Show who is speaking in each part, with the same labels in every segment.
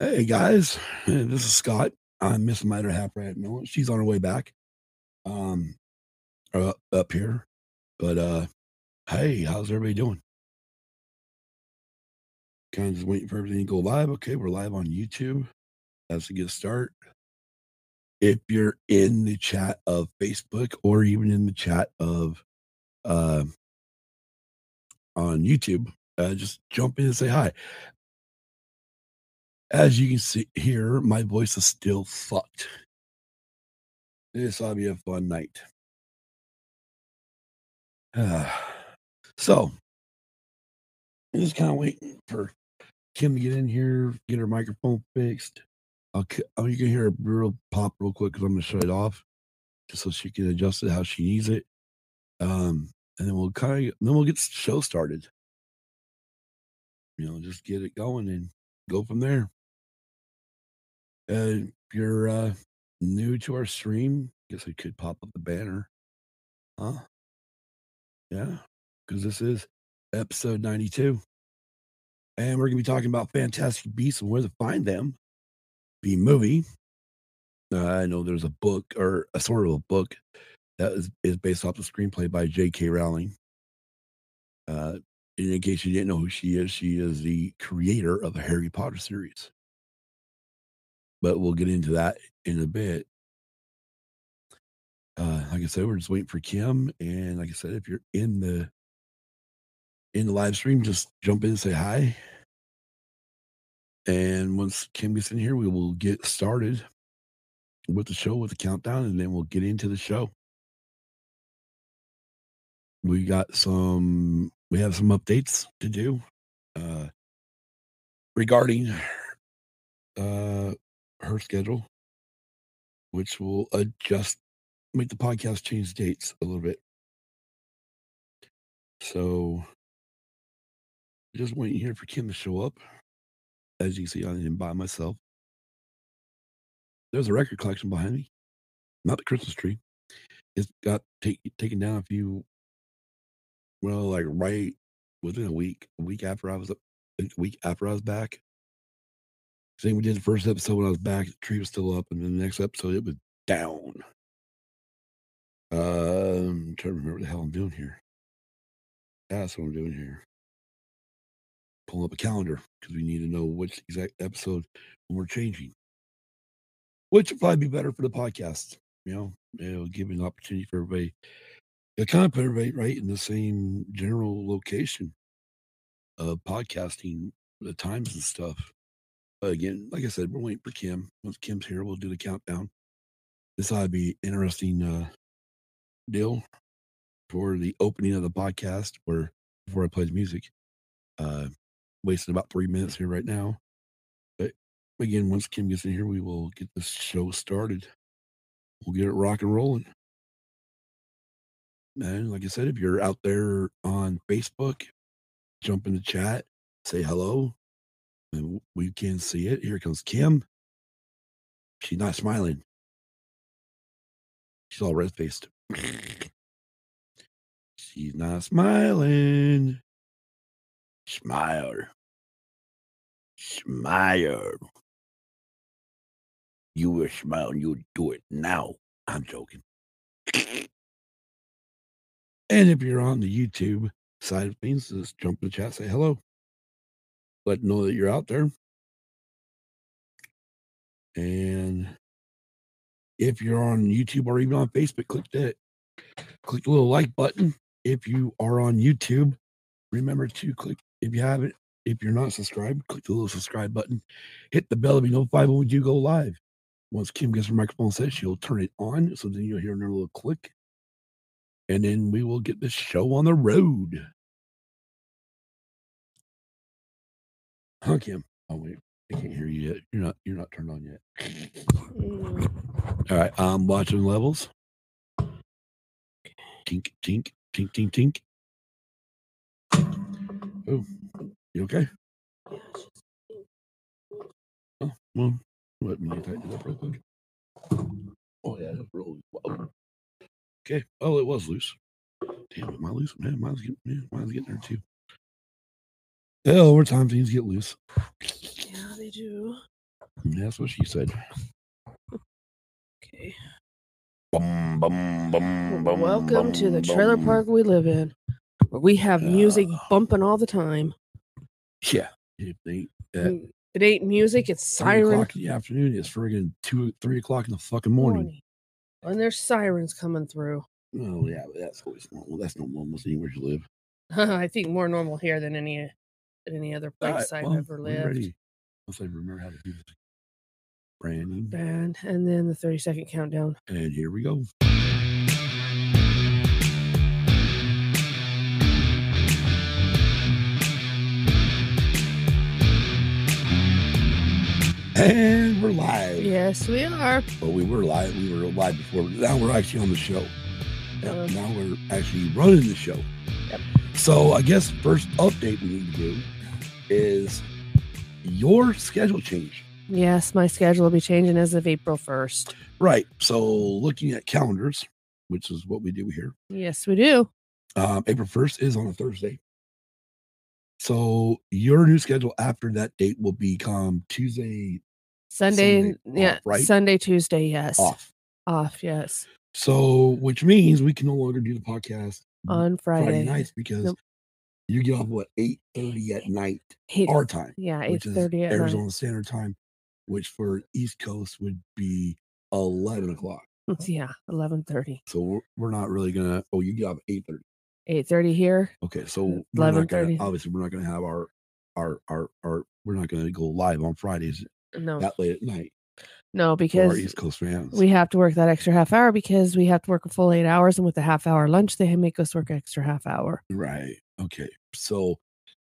Speaker 1: Hey guys, this is Scott. I'm Miss Miter Hapratt Miller. She's on her way back, um, uh, up here. But uh, hey, how's everybody doing? Kind of just waiting for everything to go live. Okay, we're live on YouTube. That's a good start. If you're in the chat of Facebook or even in the chat of uh, on YouTube, uh, just jump in and say hi. As you can see here, my voice is still fucked. This ought to be a fun night. so, I'm just kind of waiting for Kim to get in here, get her microphone fixed. I'll, c- oh, you can hear a real pop real quick because I'm going to shut it off just so she can adjust it how she needs it. Um, and then we'll kind of, then we'll get the show started. You know, just get it going and go from there. Uh, if you're uh, new to our stream, guess I could pop up the banner. Huh? Yeah. Because this is episode 92. And we're going to be talking about Fantastic Beasts and where to find them, the movie. Uh, I know there's a book or a sort of a book that is, is based off the screenplay by J.K. Rowling. Uh, and in case you didn't know who she is, she is the creator of the Harry Potter series. But we'll get into that in a bit. Uh, like I said, we're just waiting for Kim. And like I said, if you're in the in the live stream, just jump in and say hi. And once Kim gets in here, we will get started with the show with the countdown, and then we'll get into the show. We got some, we have some updates to do uh, regarding uh, her schedule, which will adjust, make the podcast change dates a little bit. So just waiting here for Kim to show up. As you can see, I am by myself. There's a record collection behind me, not the Christmas tree. It's got take, taken down a few well, like right within a week, a week after I was up, a week after I was back. I think we did the first episode when I was back, the tree was still up, and then the next episode it was down. Um, trying to remember what the hell I'm doing here. That's what I'm doing here. Pulling up a calendar because we need to know which exact episode when we're changing, which would probably be better for the podcast. You know, it'll give an opportunity for everybody. It'll kind of put everybody right in the same general location. of podcasting, the times and stuff. But again, like I said, we're waiting for Kim. Once Kim's here, we'll do the countdown. This ought to be interesting uh, deal for the opening of the podcast where before I play the music. Uh, wasting about three minutes here right now. But again, once Kim gets in here, we will get this show started. We'll get it rock and rolling. And like I said, if you're out there on Facebook, jump in the chat, say hello, and w- we can see it. Here comes Kim. She's not smiling. She's all red faced. She's not smiling. Smile. Smile. You were smiling. You do it now. I'm joking. and if you're on the YouTube side of things, just jump in the chat, say hello. Let know that you're out there. And if you're on YouTube or even on Facebook, click that click the little like button. If you are on YouTube, remember to click if you haven't, if you're not subscribed, click the little subscribe button. Hit the bell to be notified when we do go live. Once Kim gets her microphone set, she'll turn it on. So then you'll hear another little click. And then we will get this show on the road. Huh, Kim? Oh wait. I can't hear you yet. You're not you're not turned on yet. All right, I'm watching levels. Tink, tink, tink, tink, tink. Oh, you okay? Oh, well, let me tighten it up real quick. Oh, yeah, that's really wow. Okay. Oh, it was loose. Damn, am I loose? Man, mine's getting, man, mine's getting there too. Hell, over time, things get loose. And that's what she said.
Speaker 2: Okay.
Speaker 1: Bum, bum, bum, Mm, bum,
Speaker 2: Welcome to the
Speaker 1: bum, Ah.
Speaker 2: trailer
Speaker 1: bum.
Speaker 2: park we live in, where we have music
Speaker 1: Yeah.
Speaker 2: bumping all the time.
Speaker 1: Yeah. If they, at
Speaker 2: Mm, It ain't music; it's
Speaker 1: three
Speaker 2: siren
Speaker 1: o'clock in the afternoon, it's friggin' two, three o'clock in the fucking morning.
Speaker 2: morning, and there's sirens coming through.
Speaker 1: Oh yeah, but that's always normal. That's normal almost anywhere you live.
Speaker 2: I think more normal here than any than any other place
Speaker 1: Alright,
Speaker 2: I've
Speaker 1: well,
Speaker 2: ever
Speaker 1: I'm
Speaker 2: lived.
Speaker 1: ready. Once I remember how to do this. Brandon,
Speaker 2: And and then the 30 second countdown.
Speaker 1: and here we go. And we're live.
Speaker 2: Yes, we are.
Speaker 1: Well, we were live. We were live before. but Now we're actually on the show. Yep,
Speaker 2: Uh.
Speaker 1: now we're actually running the show.
Speaker 2: Yep.
Speaker 1: So I guess first update we need to do is your schedule change.
Speaker 2: Yes, my schedule will be changing as of April 1st.
Speaker 1: Right. So looking at calendars, which is what we do here.
Speaker 2: Yes, we do.
Speaker 1: Um, April first is on a Thursday. So your new schedule after that date will become Tuesday
Speaker 2: Sunday,
Speaker 1: Sunday
Speaker 2: yeah,
Speaker 1: off, right?
Speaker 2: Sunday, Tuesday, yes.
Speaker 1: off.
Speaker 2: Off, yes.
Speaker 1: So which means we can no longer do the podcast
Speaker 2: On Friday.
Speaker 1: Mm-hmm. Friday nights because
Speaker 2: Nope.
Speaker 1: you get off what eight thirty at night
Speaker 2: Eight-
Speaker 1: our time,
Speaker 2: yeah,
Speaker 1: which is
Speaker 2: 8.30 at
Speaker 1: Arizona Standard Time, which for East Coast would be eleven o'clock.
Speaker 2: night. Yeah, 11.30.
Speaker 1: So we're, we're not really gonna. Oh, you get off eight thirty.
Speaker 2: 8.30 here.
Speaker 1: Okay, so we're not gonna,
Speaker 2: 11:30.
Speaker 1: obviously we're not gonna have our our our our we're not gonna go live on Fridays
Speaker 2: No,
Speaker 1: that late at night
Speaker 2: no,
Speaker 1: for our
Speaker 2: because
Speaker 1: East Coast fans.
Speaker 2: we have to work that extra half hour because we have to work a full eight hours. And with the half hour lunch, they make us work extra half hour.
Speaker 1: right. Okay. So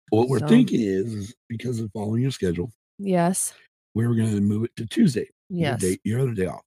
Speaker 1: what we're
Speaker 2: So-
Speaker 1: thinking is, is because of following your schedule,
Speaker 2: Yes,
Speaker 1: we were gonna move it to Tuesday. your
Speaker 2: yes.
Speaker 1: day, your other day off,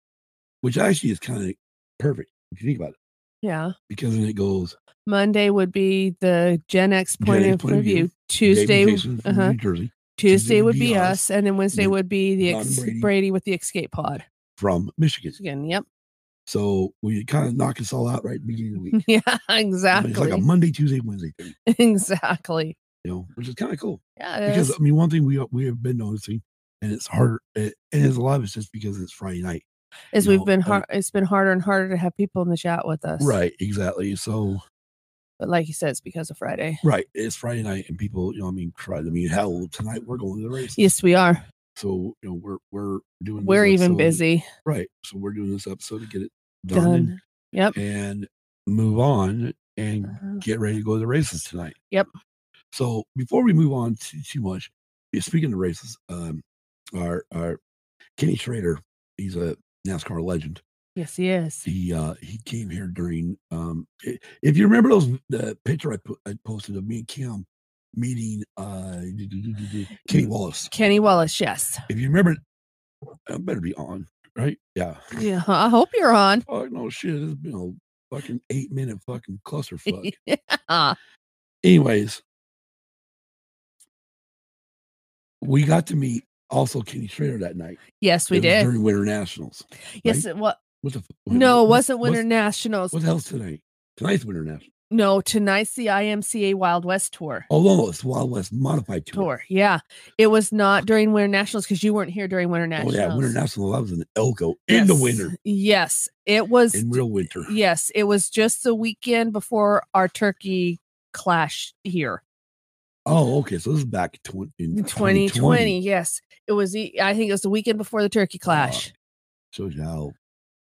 Speaker 1: which actually is kind of perfect if you think about it,
Speaker 2: Yeah.
Speaker 1: because then it goes
Speaker 2: Monday would be the Gen X point
Speaker 1: Gen X
Speaker 2: of review.
Speaker 1: Dave
Speaker 2: Tuesday,
Speaker 1: Jason from
Speaker 2: uh-huh.
Speaker 1: New Jersey,
Speaker 2: Tuesday would be us, and then Wednesday
Speaker 1: then
Speaker 2: would be the
Speaker 1: Don
Speaker 2: ex-
Speaker 1: Brady.
Speaker 2: Brady. with the escape pod.
Speaker 1: from Michigan.
Speaker 2: Again, yep,
Speaker 1: So we kind of knock us all out right at the beginning of the week.
Speaker 2: yeah,
Speaker 1: I mean,
Speaker 2: exactly,
Speaker 1: It's like a Monday, Tuesday, Wednesday thing,
Speaker 2: exactly.
Speaker 1: you know, which is kind of cool.
Speaker 2: Yeah, it
Speaker 1: Because
Speaker 2: is.
Speaker 1: I mean, one thing we uh, we have been noticing, and it's harder, it, and it's a lot of it's just because it's Friday night.
Speaker 2: As
Speaker 1: you
Speaker 2: we've
Speaker 1: know,
Speaker 2: been
Speaker 1: uh,
Speaker 2: hard, it's been harder and harder to have people in the chat with us,
Speaker 1: Right, exactly. So
Speaker 2: But like you said, it's because of Friday.
Speaker 1: right, it's Friday night, and people, you know, I mean, try. I mean, hell, tonight we're going to the race.
Speaker 2: Yes, we are.
Speaker 1: So you know, we're we're doing. this
Speaker 2: We're even
Speaker 1: episode-
Speaker 2: busy.
Speaker 1: Right. So we're doing this episode to get it done, and-
Speaker 2: Done. Yep.
Speaker 1: and move on and
Speaker 2: Uh-huh.
Speaker 1: get ready to go to the races tonight.
Speaker 2: Yep.
Speaker 1: So before we move on to too much, yeah, speaking of races, um, our our Kenny Schrader, he's a NASCAR legend.
Speaker 2: Yes, he is.
Speaker 1: He uh he came here during um i- if you remember those the picture I put I posted of me and Kim meeting uh d- d- d- d- d-
Speaker 2: Mm.
Speaker 1: Kenny Wallace.
Speaker 2: Kenny Wallace. Yes.
Speaker 1: If you remember, I better be on right. Yeah.
Speaker 2: Yeah. I hope you're on.
Speaker 1: Fuck no shit. It's been a fucking eight minute fucking clusterfuck.
Speaker 2: yeah.
Speaker 1: anyways, we got to meet also Kenny Schrader that night.
Speaker 2: Yes, we
Speaker 1: It was
Speaker 2: did.
Speaker 1: during Winter Nationals.
Speaker 2: yes.
Speaker 1: right?
Speaker 2: It, wa-
Speaker 1: What the? f- wait,
Speaker 2: No, it
Speaker 1: what-
Speaker 2: wasn't
Speaker 1: what's-
Speaker 2: Winter Nationals.
Speaker 1: What the hell's tonight? Tonight's Winter Nationals.
Speaker 2: No, tonight's the IMCA Wild West Tour.
Speaker 1: Oh no, it's Wild West Modified Tour.
Speaker 2: Tour, yeah. It was not during Winter Nationals because you weren't here during Winter
Speaker 1: Oh
Speaker 2: Nationals.
Speaker 1: yeah, Winter Nationals. I was in Elko in the
Speaker 2: Yes,
Speaker 1: winter,
Speaker 2: Yes, it was.
Speaker 1: in real winter.
Speaker 2: yes, it was just the weekend before our turkey clash here
Speaker 1: Oh, okay. So this is back twen- in
Speaker 2: in
Speaker 1: 2020.
Speaker 2: 2020. Yes, it was. The, I think it was the weekend before the turkey clash.
Speaker 1: Shows you how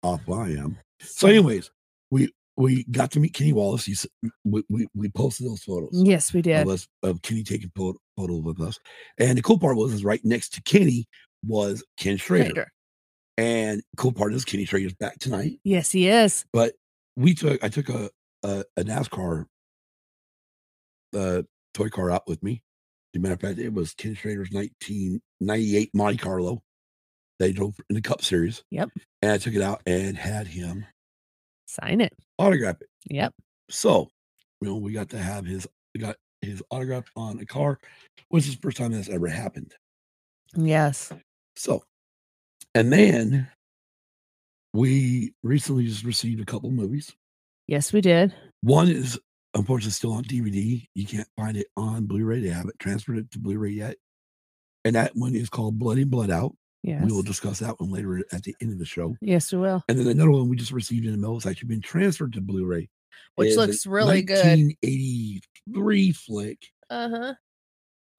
Speaker 1: off I am. So, anyways, we we got to meet Kenny Wallace. He's we we, we posted those photos.
Speaker 2: yes, we did.
Speaker 1: of us of Kenny taking photo, photo with us. And the cool part was is right next to Kenny was Ken Schrader.
Speaker 2: Later.
Speaker 1: And cool part is Kenny Schrader's back tonight.
Speaker 2: Yes, he is.
Speaker 1: But we took I took a a, a NASCAR uh toy car out with me. As a matter of fact, it was Ken Schrader's 1998 Monte Carlo. They drove in the Cup Series.
Speaker 2: Yep.
Speaker 1: And I took it out and had him
Speaker 2: Sign it.
Speaker 1: autograph it.
Speaker 2: Yep.
Speaker 1: So, you know, we got to have his we got his autograph on a car, which is the first time that's ever happened.
Speaker 2: Yes.
Speaker 1: So, and then we recently just received a couple movies.
Speaker 2: Yes, we did.
Speaker 1: One is unfortunately still on DVD. You can't find it on Blu-ray. They haven't transferred it to Blu-ray yet. And that one is called Bloody Blood Out.
Speaker 2: Yes.
Speaker 1: We will discuss that one later at the end of the show.
Speaker 2: yes, we will.
Speaker 1: And then another one we just received in the mail has actually been transferred to Blu-ray,
Speaker 3: Which
Speaker 1: is a
Speaker 3: looks really good.
Speaker 1: 1983 flick
Speaker 3: Uh huh.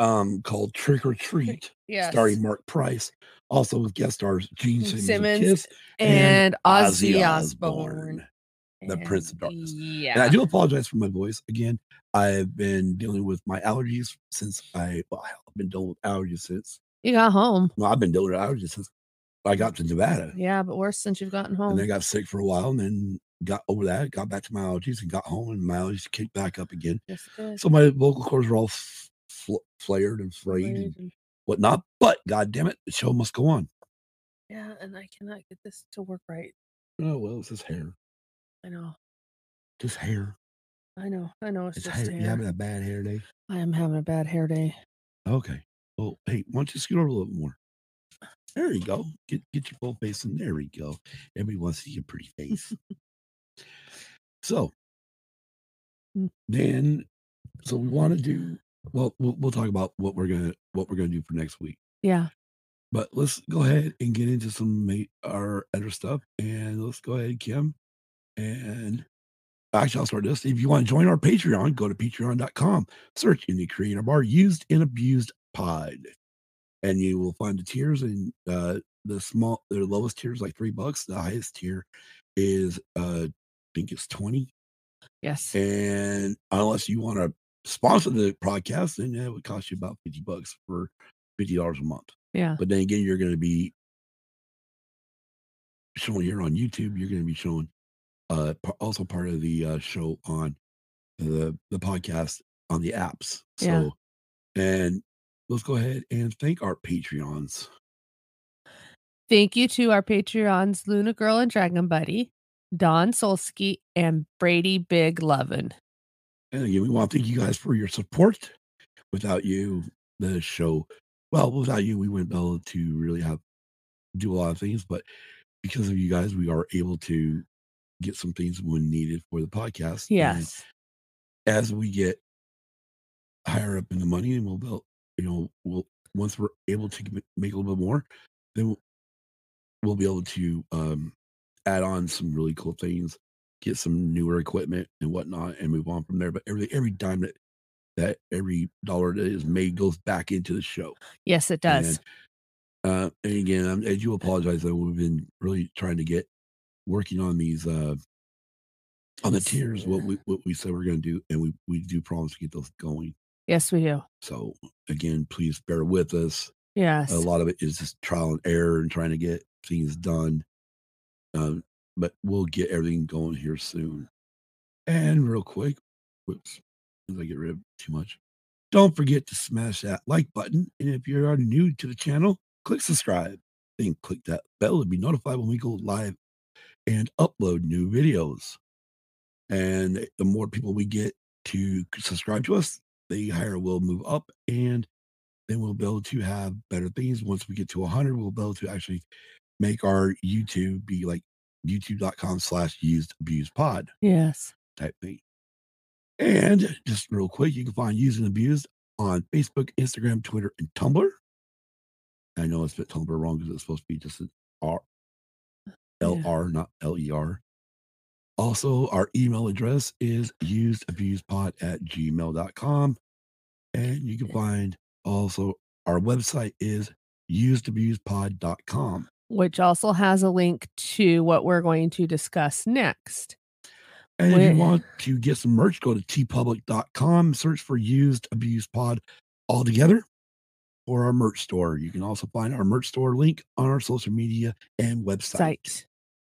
Speaker 2: Uh-huh.
Speaker 1: um, called Trick or Treat,
Speaker 3: Yes.
Speaker 1: starring Mark Price, also with guest stars Gene
Speaker 3: Gene
Speaker 1: Simmons, of
Speaker 3: Simmons
Speaker 1: Kiss,
Speaker 2: And, Ozzy,
Speaker 1: Ozzy
Speaker 3: Osbourne.
Speaker 1: the
Speaker 3: And
Speaker 1: Prince of Darkness.
Speaker 3: Yeah.
Speaker 1: And I do apologize for my voice. Again, I've been dealing with my allergies since I well, I've been dealing with allergies since.
Speaker 2: you got home.
Speaker 1: Well, I've been dealing with allergies since I got to Nevada.
Speaker 2: Yeah, but worse since you've gotten
Speaker 1: And
Speaker 2: home.
Speaker 1: then got sick for a while and then got over that, got back to my allergies and got home and my allergies kicked back up again.
Speaker 2: Yes, it is.
Speaker 1: So my vocal cords were all f- fl- flared and frayed
Speaker 2: Weird
Speaker 1: and
Speaker 2: and-
Speaker 1: whatnot. But god damn it, the show must go on.
Speaker 2: Yeah, and I cannot get this to work right.
Speaker 1: Oh well, it's his hair.
Speaker 2: I know.
Speaker 1: Just hair.
Speaker 2: I know. I know. It's,
Speaker 1: It's,
Speaker 2: just
Speaker 1: hair.
Speaker 2: hair.
Speaker 1: You having a bad hair day?
Speaker 2: I am having a bad hair day.
Speaker 1: Okay. Well, hey, why don't you scoot over a little bit more? There you go. Get get your full face in. There we go. Everybody wants to see your pretty face. so
Speaker 2: Mm.
Speaker 1: then, so we want to do. Well, we'll we'll talk about what we're gonna what we're gonna do for next week.
Speaker 2: Yeah.
Speaker 1: But let's go ahead and get into some ma- our other stuff. And let's go ahead, Kim. And actually, I'll start this. If you want to join our Patreon, go to patreon.com, search in the creator bar, used and abused pod. And you will find the tiers and uh, the small, the lowest tier is like three bucks. The highest tier is, uh, I think it's 20.
Speaker 2: Yes.
Speaker 1: And unless you want to sponsor the podcast, then that would cost you about 50 bucks for $50 a month.
Speaker 2: yeah.
Speaker 1: But then again, you're going to be showing here on YouTube. You're going to be showing uh, pa- also part of the uh, show on the the podcast on the apps. So,
Speaker 2: Yeah.
Speaker 1: and let's go ahead and thank our Patreons.
Speaker 2: Thank you to our Patreons, Luna Girl and Dragon Buddy, Don Solsky, and Brady Big Lovin.
Speaker 1: And again, we want to thank you guys for your support. Without you, the show, well, without you, we wouldn't be able to really have do a lot of things. But because of you guys, we are able to get some things when needed for the podcast. and
Speaker 2: Yes.
Speaker 1: as we get higher up in the money and we'll build you know we'll once we're able to m- make a little bit more then we'll- we'll be able to um add on some really cool things get some newer equipment and whatnot and move on from there but every every dime that that every dollar that is made goes back into the show
Speaker 2: Yes, it does.
Speaker 1: and, uh, and again, I'm, I do apologize. that We've been really trying to get working on these uh, on the
Speaker 2: Yes.
Speaker 1: tiers. What we what we said we're going to do, and we we do promise to get those going.
Speaker 2: Yes, we do.
Speaker 1: So again, please bear with us.
Speaker 2: Yes.
Speaker 1: A lot of it is just trial and error and trying to get things done. Um, but we'll get everything going here soon. And real quick, whoops, as I get rid of too much, don't forget to smash that like button. And if you are new to the channel, click subscribe. Then click that bell to be notified when we go live and upload new videos. And the more people we get to subscribe to us, the higher we'll move up and then we'll be able to have better things. Once we get to 100, we'll be able to actually make our YouTube be like youtube.com slash used abused pod
Speaker 2: Yes.
Speaker 1: type thing. And just real quick, you can find Used and Abused on Facebook, Instagram, Twitter, and Tumblr. I know I spelled Tumblr wrong because it's supposed to be just an R, L R, not L E R. Also, our email address is usedabusedpod at gmail.com. And you can find also our website is usedabusedpod.com.
Speaker 2: Which also has a link to what we're going to discuss next.
Speaker 1: And if
Speaker 2: Wait.
Speaker 1: you want to get some merch, go to tpublic.com, search for used abused pod all together for our merch store. You can also find our merch store link on our social media and website.
Speaker 2: Site.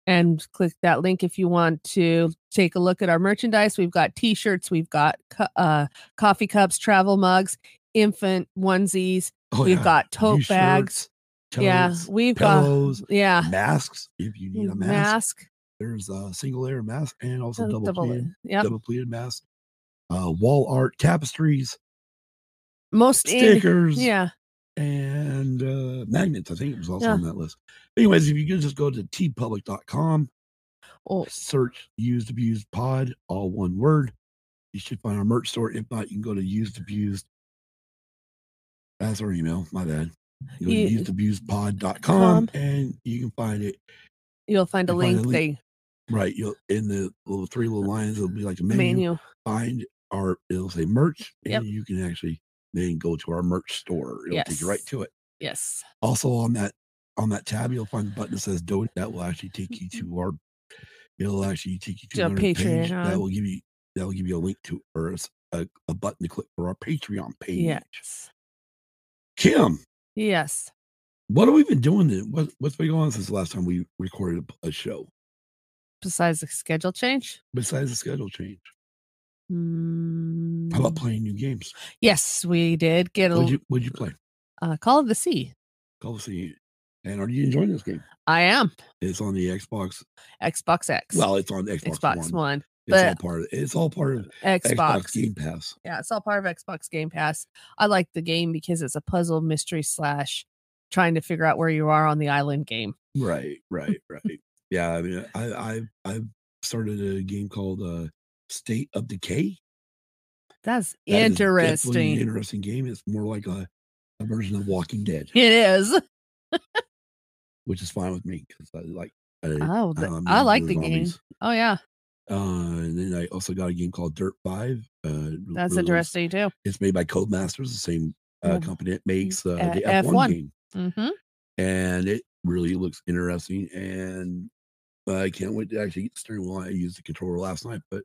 Speaker 2: And click that link if you want to take a look at our merchandise. We've got t shirts, we've got co- uh, coffee cups, travel mugs, infant onesies,
Speaker 1: Oh,
Speaker 2: we've
Speaker 1: yeah.
Speaker 2: got tote
Speaker 1: New
Speaker 2: bags.
Speaker 1: shirts,
Speaker 2: yeah,
Speaker 1: totes,
Speaker 2: we've
Speaker 1: pillows,
Speaker 2: got yeah,
Speaker 1: masks. If you need a mask,
Speaker 2: mask,
Speaker 1: there's a single layer mask and also
Speaker 2: uh,
Speaker 1: double,
Speaker 2: double-
Speaker 1: pleated,
Speaker 2: yep.
Speaker 1: double pleated mask, uh, wall art, tapestries,
Speaker 2: most in-
Speaker 1: stickers.
Speaker 2: yeah,
Speaker 1: and uh, magnets. I think it was also
Speaker 2: Yeah.
Speaker 1: on that list. Anyways, if you could just go to tpublic.com,
Speaker 2: oh,
Speaker 1: search used abused pod, all one word. You should find our merch store. If not, you can go to used abused. That's our email. My bad. You go
Speaker 2: You-
Speaker 1: to youthabusepod.com
Speaker 2: Com.
Speaker 1: and you can find it
Speaker 2: You'll find a
Speaker 1: You'll find
Speaker 2: link,
Speaker 1: a
Speaker 2: they
Speaker 1: right. You'll in the little three little lines. It'll be like a menu.
Speaker 2: menu.
Speaker 1: Find our it'll say merch, and
Speaker 2: Yep.
Speaker 1: you can actually then go to our merch store. It'll take you right
Speaker 2: Yes.
Speaker 1: to it.
Speaker 2: Yes.
Speaker 1: Also on that on that tab, you'll find a button that says donate. That will actually take you to our. It'll actually take you to
Speaker 2: Mm-hmm. To our
Speaker 1: another page that
Speaker 2: Patreon.
Speaker 1: will give you that will give you a link to or it's a, a button to click for our Patreon page.
Speaker 2: Yes.
Speaker 1: Kim,
Speaker 2: Yes.
Speaker 1: what have we been doing? then? What, what's been going on since the last time we recorded a, a show?
Speaker 2: Besides the schedule change.
Speaker 1: Besides the schedule change, how
Speaker 2: Mm,
Speaker 1: about playing new games?
Speaker 2: Yes, we did get
Speaker 1: Would
Speaker 2: a
Speaker 1: you would you play?
Speaker 2: uh, Call of the Sea.
Speaker 1: Call us the- And are you enjoying this game?
Speaker 2: I am
Speaker 1: It's on the Xbox.
Speaker 2: Xbox X.
Speaker 1: Well, it's on Xbox,
Speaker 2: Xbox
Speaker 1: One.
Speaker 2: One.
Speaker 1: It's all
Speaker 2: but-
Speaker 1: part. Of, it's all part of
Speaker 2: Xbox.
Speaker 1: Xbox, Game Pass.
Speaker 2: Yeah, it's all part of Xbox Game Pass. I like the game because it's a puzzle mystery slash trying to figure out where you are on the island game.
Speaker 1: Right, right, right. yeah, I mean, I I I started a game called uh, State of Decay.
Speaker 2: That's
Speaker 1: That is definitely an
Speaker 2: interesting.
Speaker 1: interesting game. It's more like a, a version of Walking Dead,
Speaker 2: It is.
Speaker 1: um, which is fine with me because I like. I,
Speaker 2: Oh, the-
Speaker 1: um,
Speaker 2: I like
Speaker 1: they're
Speaker 2: the game.
Speaker 1: zombies.
Speaker 2: Oh yeah,
Speaker 1: Uh, and then I also got a game called Dirt Five. Uh, re-
Speaker 2: that's
Speaker 1: released-
Speaker 2: interesting too.
Speaker 1: It's made by Codemasters, the same uh,
Speaker 2: Yeah.
Speaker 1: company that makes uh,
Speaker 2: Uh,
Speaker 1: the F1,
Speaker 2: F1.
Speaker 1: game,
Speaker 2: Mm-hmm.
Speaker 1: and it really looks interesting. And I can't wait to actually get the steering wheel. I used the controller last night, but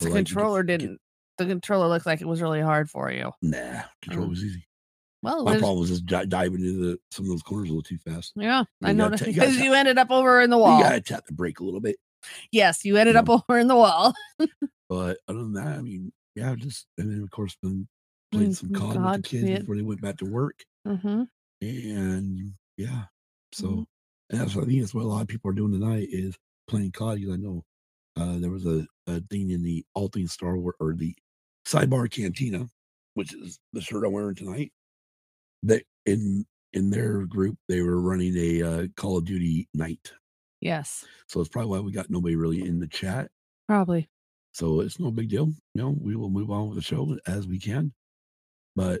Speaker 2: The
Speaker 1: I like to get-
Speaker 2: controller
Speaker 1: get-
Speaker 2: didn't. The controller looked like it was really hard for you.
Speaker 1: Nah, control
Speaker 2: Mm.
Speaker 1: was easy.
Speaker 2: Well,
Speaker 1: My
Speaker 2: there's-
Speaker 1: problem was just di- diving into the, some of those corners a little too fast.
Speaker 2: yeah, I
Speaker 1: You gotta
Speaker 2: noticed
Speaker 1: ta- you gotta
Speaker 2: because
Speaker 1: ta-
Speaker 2: you ended up over in the
Speaker 1: You
Speaker 2: wall.
Speaker 1: gotta tap the brake a little bit.
Speaker 2: yes, you ended
Speaker 1: Yeah.
Speaker 2: up over in the wall.
Speaker 1: But other than that, I mean, yeah, just and then of course been playing some
Speaker 2: Mm,
Speaker 1: COD with
Speaker 2: God,
Speaker 1: the kids
Speaker 2: yeah.
Speaker 1: before they went back to work,
Speaker 2: Mm-hmm.
Speaker 1: and yeah, so and that's what I think that's what a lot of people are doing tonight is playing COD. Because I know uh, there was a, a thing in the All Things Star Wars or the Sidebar Cantina, which is the shirt I'm wearing tonight. That in in their group they were running a uh, Call of Duty night,
Speaker 2: Yes,
Speaker 1: so it's probably why we got nobody really in the chat.
Speaker 2: probably.
Speaker 1: So it's no big deal. You know, we will move on with the show as we can. But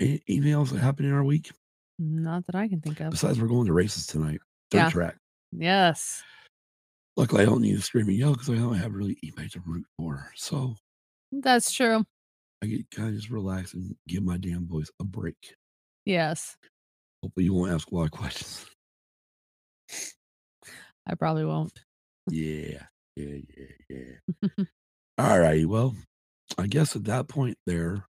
Speaker 1: a- anything else that happened in our week
Speaker 2: Not that I can think of.
Speaker 1: besides we're going to races tonight, third
Speaker 2: Yeah.
Speaker 1: track.
Speaker 2: Yes.
Speaker 1: Luckily, I don't need to scream and yell because I don't have really anybody to root for. So
Speaker 2: That's true.
Speaker 1: I get kind of just relax and give my damn voice a break.
Speaker 2: Yes,
Speaker 1: Hopefully, you won't ask a lot of questions.
Speaker 2: I probably won't.
Speaker 1: Yeah, yeah, yeah, yeah. All righty. Well, I guess at that point, there,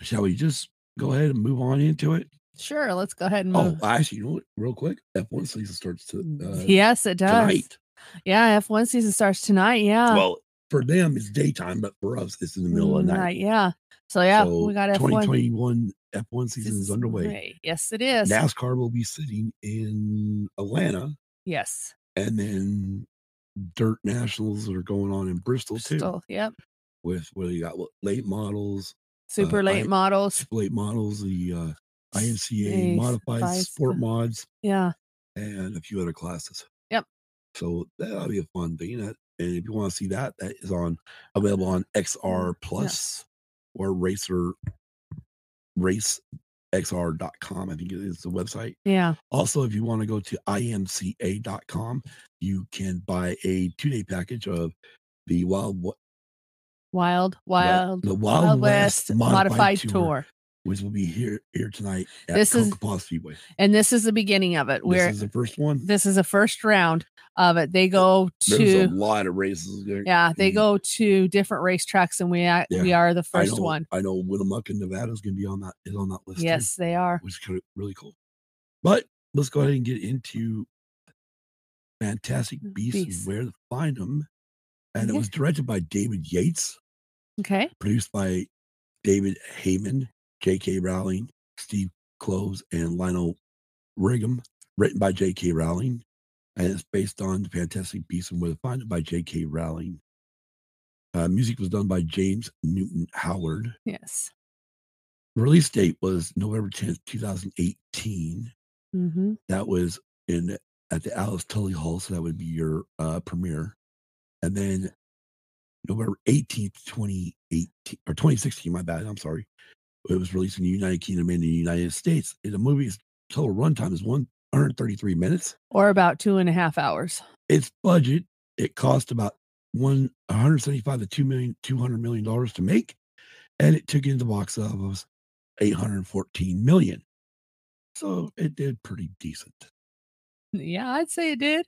Speaker 1: shall we just go ahead and move on into it?
Speaker 2: Sure, let's go ahead and
Speaker 1: Oh,
Speaker 2: move.
Speaker 1: actually, you know what? Real quick, F1 season starts to, uh,
Speaker 2: yes, it does.
Speaker 1: tonight.
Speaker 2: Yeah, F1 season starts tonight. Yeah.
Speaker 1: well, for them it's daytime, but for us it's in the middle of the night.
Speaker 2: Yeah. So yeah,
Speaker 1: So
Speaker 2: we got F1
Speaker 1: 2021 F1 season is
Speaker 2: season
Speaker 1: underway.
Speaker 2: underway. Yes, it is.
Speaker 1: NASCAR will be sitting in Atlanta,
Speaker 2: yes.
Speaker 1: and then Dirt Nationals are going on in Bristol too,
Speaker 2: Still, yep.
Speaker 1: with what do you got? What, late models,
Speaker 2: Super late
Speaker 1: I-
Speaker 2: models.
Speaker 1: late models, the uh, IMCA
Speaker 2: Ace,
Speaker 1: modified
Speaker 2: vice-
Speaker 1: sport mods.
Speaker 2: Yeah.
Speaker 1: and a few other classes.
Speaker 2: Yep.
Speaker 1: So that'll be a fun thing. That, and if you want to see that, that is on available on
Speaker 2: Mm-hmm.
Speaker 1: XR Plus or Racer Race xr.com i think it is the website
Speaker 2: Yeah.
Speaker 1: also if you want to go to imca.com you can buy a two-day package of the wild Wa-
Speaker 2: Wild, wild,
Speaker 1: the
Speaker 2: Wild,
Speaker 1: wild,
Speaker 2: West modified, tour.
Speaker 1: which will be here here tonight at
Speaker 2: This is-
Speaker 1: Kokopo Speedway.
Speaker 2: And this is the beginning of it. Where
Speaker 1: this is the first one
Speaker 2: this is the first round of it. They go
Speaker 1: there's a
Speaker 2: to
Speaker 1: lot of races there
Speaker 2: yeah, they
Speaker 1: Mm.
Speaker 2: go to different racetracks, and we a-
Speaker 1: Yeah,
Speaker 2: we are the
Speaker 1: I
Speaker 2: first
Speaker 1: know-
Speaker 2: one.
Speaker 1: I know Winnemucca, Nevada is going to be on that is on that list. too,
Speaker 2: Yes, they are.
Speaker 1: which is kind of really cool. But let's go ahead and get into Fantastic Beasts,
Speaker 2: Beasts.
Speaker 1: and Where to Find Them, and it
Speaker 2: Yeah.
Speaker 1: was directed by David Yates,
Speaker 2: Okay.
Speaker 1: produced by David Heyman, J.K. Rowling, Steve Close, and Lionel Righam, written by J.K. Rowling, and it's based on the Fantastic Beasts and Where to Find Them by J.K. Rowling. Uh, music was done by James Newton Howard.
Speaker 2: Yes.
Speaker 1: release date was November 10th, 2018.
Speaker 2: Mm-hmm.
Speaker 1: That was in at the Alice Tully Hall, so that would be your uh, premiere. And then November 18th, 2018 or 2016, my bad, I'm sorry. It was released in the United Kingdom and the United States. And the movie's total runtime is 133 minutes.
Speaker 2: or about two and a half hours.
Speaker 1: Its budget, it cost about one 175 to two million, 200 million dollars to make, and it took in the box office 814 million. So it did pretty decent.
Speaker 2: Yeah, I'd say it did.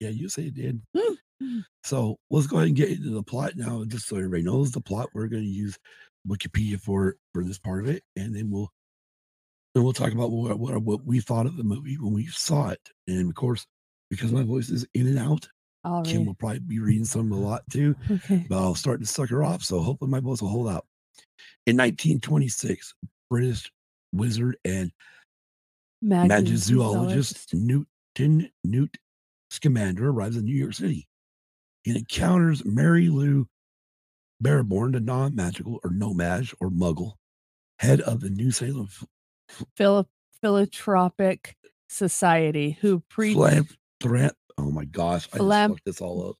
Speaker 1: yeah, you say it did.
Speaker 2: Mm.
Speaker 1: so let's go ahead and get into the plot now, just so everybody knows the plot. We're going to use Wikipedia for for this part of it, and then we'll and we'll talk about what what, what we thought of the movie when we saw it, and of course. Because my voice is in and out,
Speaker 2: All right.
Speaker 1: Kim will probably be reading some a lot too,
Speaker 2: Okay.
Speaker 1: but I'll start to suck her off. So hopefully my voice will hold out. In 1926, British wizard and Imagine zoologist Newton Newt Scamander arrives in New York City. He encounters Mary Lou Bearborn, the non-magical or nomad or muggle, head of the New Salem Ph-
Speaker 2: Phil- philanthropic society who pre
Speaker 1: Philanthro- Oh my gosh, I just
Speaker 2: Philan-
Speaker 1: fucked this all up.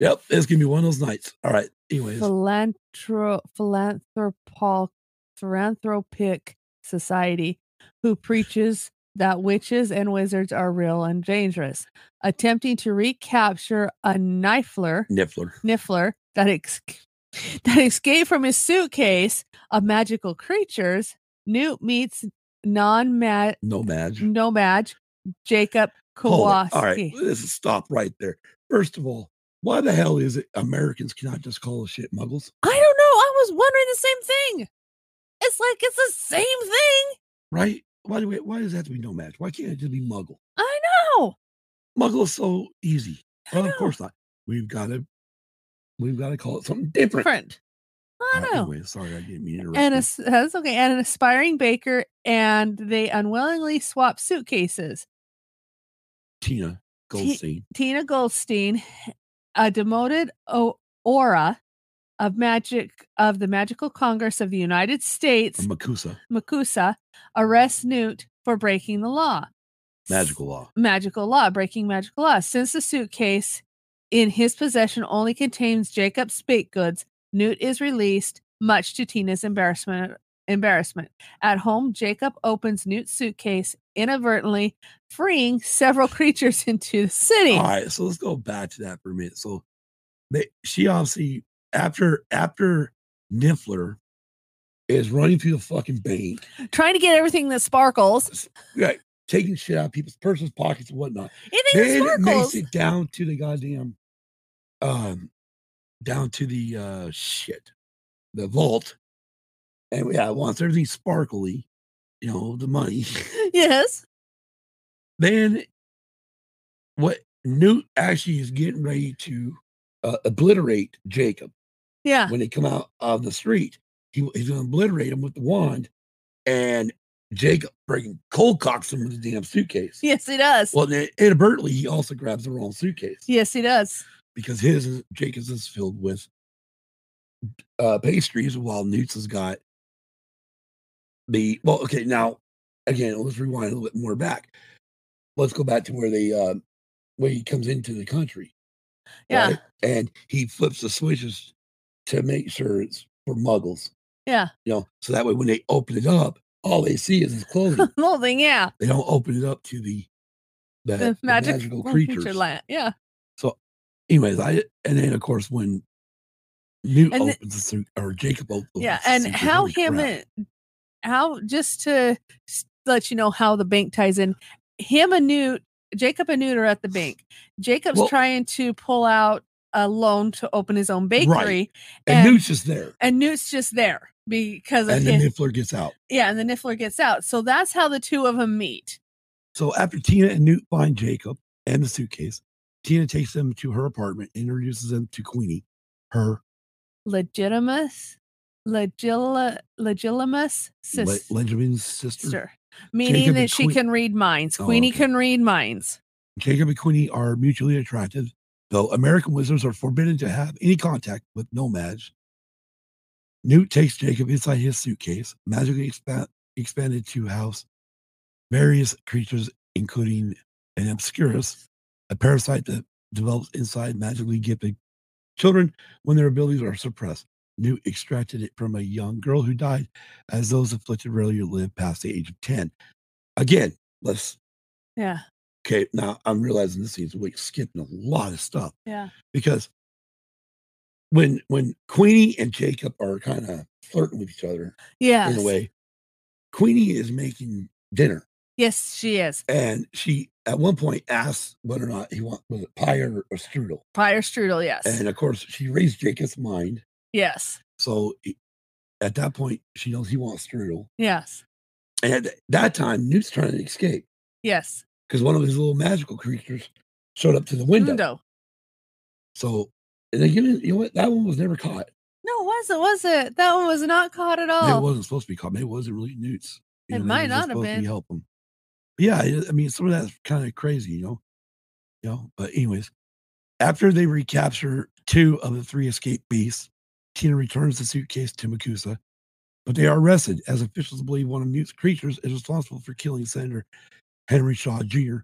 Speaker 1: Yep, it's gonna be one of those nights. All right. Anyways,
Speaker 2: philantro- philanthropol- philanthropic society who preaches that witches and wizards are real and dangerous, attempting to recapture a knifler
Speaker 1: Niffler.
Speaker 2: Niffler that ex- that escaped from his suitcase of magical creatures, Newt meets non-nomad
Speaker 1: Nomad.
Speaker 2: Jacob
Speaker 1: Hold
Speaker 2: Kowalski.
Speaker 1: it. All right, this is stop right there. First of all, why the hell is it Americans cannot just call shit muggles?
Speaker 2: I don't know. I was wondering the same thing. It's like it's the same thing.
Speaker 1: right? Why do we, why does it have to be no match? Why can't it just be muggle?
Speaker 2: I know.
Speaker 1: Muggle is so easy.
Speaker 2: I
Speaker 1: Well, of
Speaker 2: know.
Speaker 1: course not. We've got to we've got to call it something different.
Speaker 2: Different. Oh, I
Speaker 1: All right,
Speaker 2: know.
Speaker 1: anyway, sorry, I didn't mean to interrupt.
Speaker 2: and
Speaker 1: you.
Speaker 2: a, s- that's okay and an aspiring baker and they unwillingly swap suitcases
Speaker 1: Tina Goldstein.
Speaker 2: Tina Goldstein, a demoted o- aura of magic of the Magical Congress of the United
Speaker 1: or
Speaker 2: States,
Speaker 1: Makusa,
Speaker 2: Makusa, arrests Newt for breaking the law.
Speaker 1: magical law.
Speaker 2: Magical law, breaking magical law. Since the suitcase in his possession only contains Jacob's baked goods, Newt is released, much to Tina's embarrassment. Embarrassment. At home, Jacob opens Newt's suitcase inadvertently, freeing several creatures into the city.
Speaker 1: All right, so let's go back to that for a minute. So they, she obviously after after Niffler is running through the fucking bank,
Speaker 2: trying to get everything that sparkles.
Speaker 1: right, taking shit out of people's purses, pockets, and whatnot.
Speaker 2: Anything
Speaker 1: then
Speaker 2: that
Speaker 1: it makes
Speaker 2: sparkles.
Speaker 1: it down to the goddamn um down to the uh shit the vault and yeah once everything sparkly you know the money
Speaker 2: Yes.
Speaker 1: then what newt actually is getting ready to uh, obliterate jacob
Speaker 2: Yeah.
Speaker 1: when they come out of the street he, he's gonna obliterate him with the wand and jacob freaking cold cocks him with the damn suitcase
Speaker 2: Yes, he does.
Speaker 1: well then inadvertently he also grabs the wrong suitcase
Speaker 2: yes, he does.
Speaker 1: because his is, Jacob's is filled with uh, pastries, while Newt's has got the well. Okay, now again, let's rewind a little bit more back. Let's go back to where they uh, where he comes into the country.
Speaker 2: Yeah.
Speaker 1: right? and he flips the switches to make sure it's for Muggles.
Speaker 2: Yeah.
Speaker 1: You know, so that way when they open it up, all they see is his clothing.
Speaker 2: The whole thing. Yeah.
Speaker 1: they don't open it up to the the,
Speaker 2: The
Speaker 1: the
Speaker 2: magic,
Speaker 1: magical
Speaker 2: creature
Speaker 1: creatures.
Speaker 2: land. Yeah.
Speaker 1: anyways, I and then of course when Newt
Speaker 2: And the-
Speaker 1: opens the suit or Jacob opens
Speaker 2: Yeah.
Speaker 1: the
Speaker 2: And
Speaker 1: suit,
Speaker 2: how
Speaker 1: holy
Speaker 2: him
Speaker 1: crap.
Speaker 2: and how just to s- let you know how the bank ties in, him and Newt, Jacob and Newt are at the bank. Jacob's
Speaker 1: Well-
Speaker 2: trying to pull out a loan to open his own bakery,
Speaker 1: and,
Speaker 2: and-
Speaker 1: Newt's just there,
Speaker 2: and Newt's just there because of
Speaker 1: and
Speaker 2: him.
Speaker 1: then Niffler gets out.
Speaker 2: yeah, and the Niffler gets out. So that's how the two of them meet.
Speaker 1: So after Tina and Newt find Jacob and the suitcase, Tina takes them to her apartment, introduces them to Queenie, her
Speaker 2: legitimate legil legitimate
Speaker 1: Le-
Speaker 2: sister,
Speaker 1: Benjamin's sister.
Speaker 2: meaning
Speaker 1: Jacob
Speaker 2: that
Speaker 1: and
Speaker 2: she
Speaker 1: Queen-
Speaker 2: can read minds.
Speaker 1: Oh,
Speaker 2: Queenie
Speaker 1: okay.
Speaker 2: can read minds.
Speaker 1: Jacob and Queenie are mutually attracted, though American wizards are forbidden to have any contact with nomads. Newt takes Jacob inside his suitcase, magically expa- expanded to house various creatures, including an obscurus, a parasite that develops inside magically gifted children when their abilities are suppressed. Newt extracted it from a young girl who died, as those afflicted rarely live past the age of 10. Again, let's,
Speaker 2: Yeah.
Speaker 1: okay, now I'm realizing this season we're skipping a lot of stuff
Speaker 2: Yeah.
Speaker 1: because when when Queenie and Jacob are kind of flirting with each other
Speaker 2: Yes.
Speaker 1: in a way, Queenie is making dinner
Speaker 2: Yes, she is.
Speaker 1: and she at one point asks whether or not he wants was it pie or, or strudel.
Speaker 2: Prior strudel. Yes.
Speaker 1: And of course, she raised Jacob's mind,
Speaker 2: yes.
Speaker 1: so he- at that point, she knows he wants strudel.
Speaker 2: Yes.
Speaker 1: And at th- that time, Newt's trying to escape
Speaker 2: Yes.
Speaker 1: because one of his little magical creatures showed up to the window.
Speaker 2: Window.
Speaker 1: So, and again, you know what? That one was never caught.
Speaker 2: No, it wasn't. Was it? That one was not caught at
Speaker 1: Maybe
Speaker 2: all.
Speaker 1: It wasn't supposed to be caught. Maybe it wasn't really Newt's.
Speaker 2: Oh.
Speaker 1: You
Speaker 2: It
Speaker 1: maybe
Speaker 2: might
Speaker 1: was
Speaker 2: not
Speaker 1: just
Speaker 2: have
Speaker 1: supposed to
Speaker 2: been.
Speaker 1: Help him. Yeah, I I mean, some of that's kind of crazy, you know. You know, but anyways, after they recapture two of the three escaped beasts, Tina returns the suitcase to Makusa, but they are arrested as officials believe one of Newt's creatures is responsible for killing Senator Henry Shaw Jr.,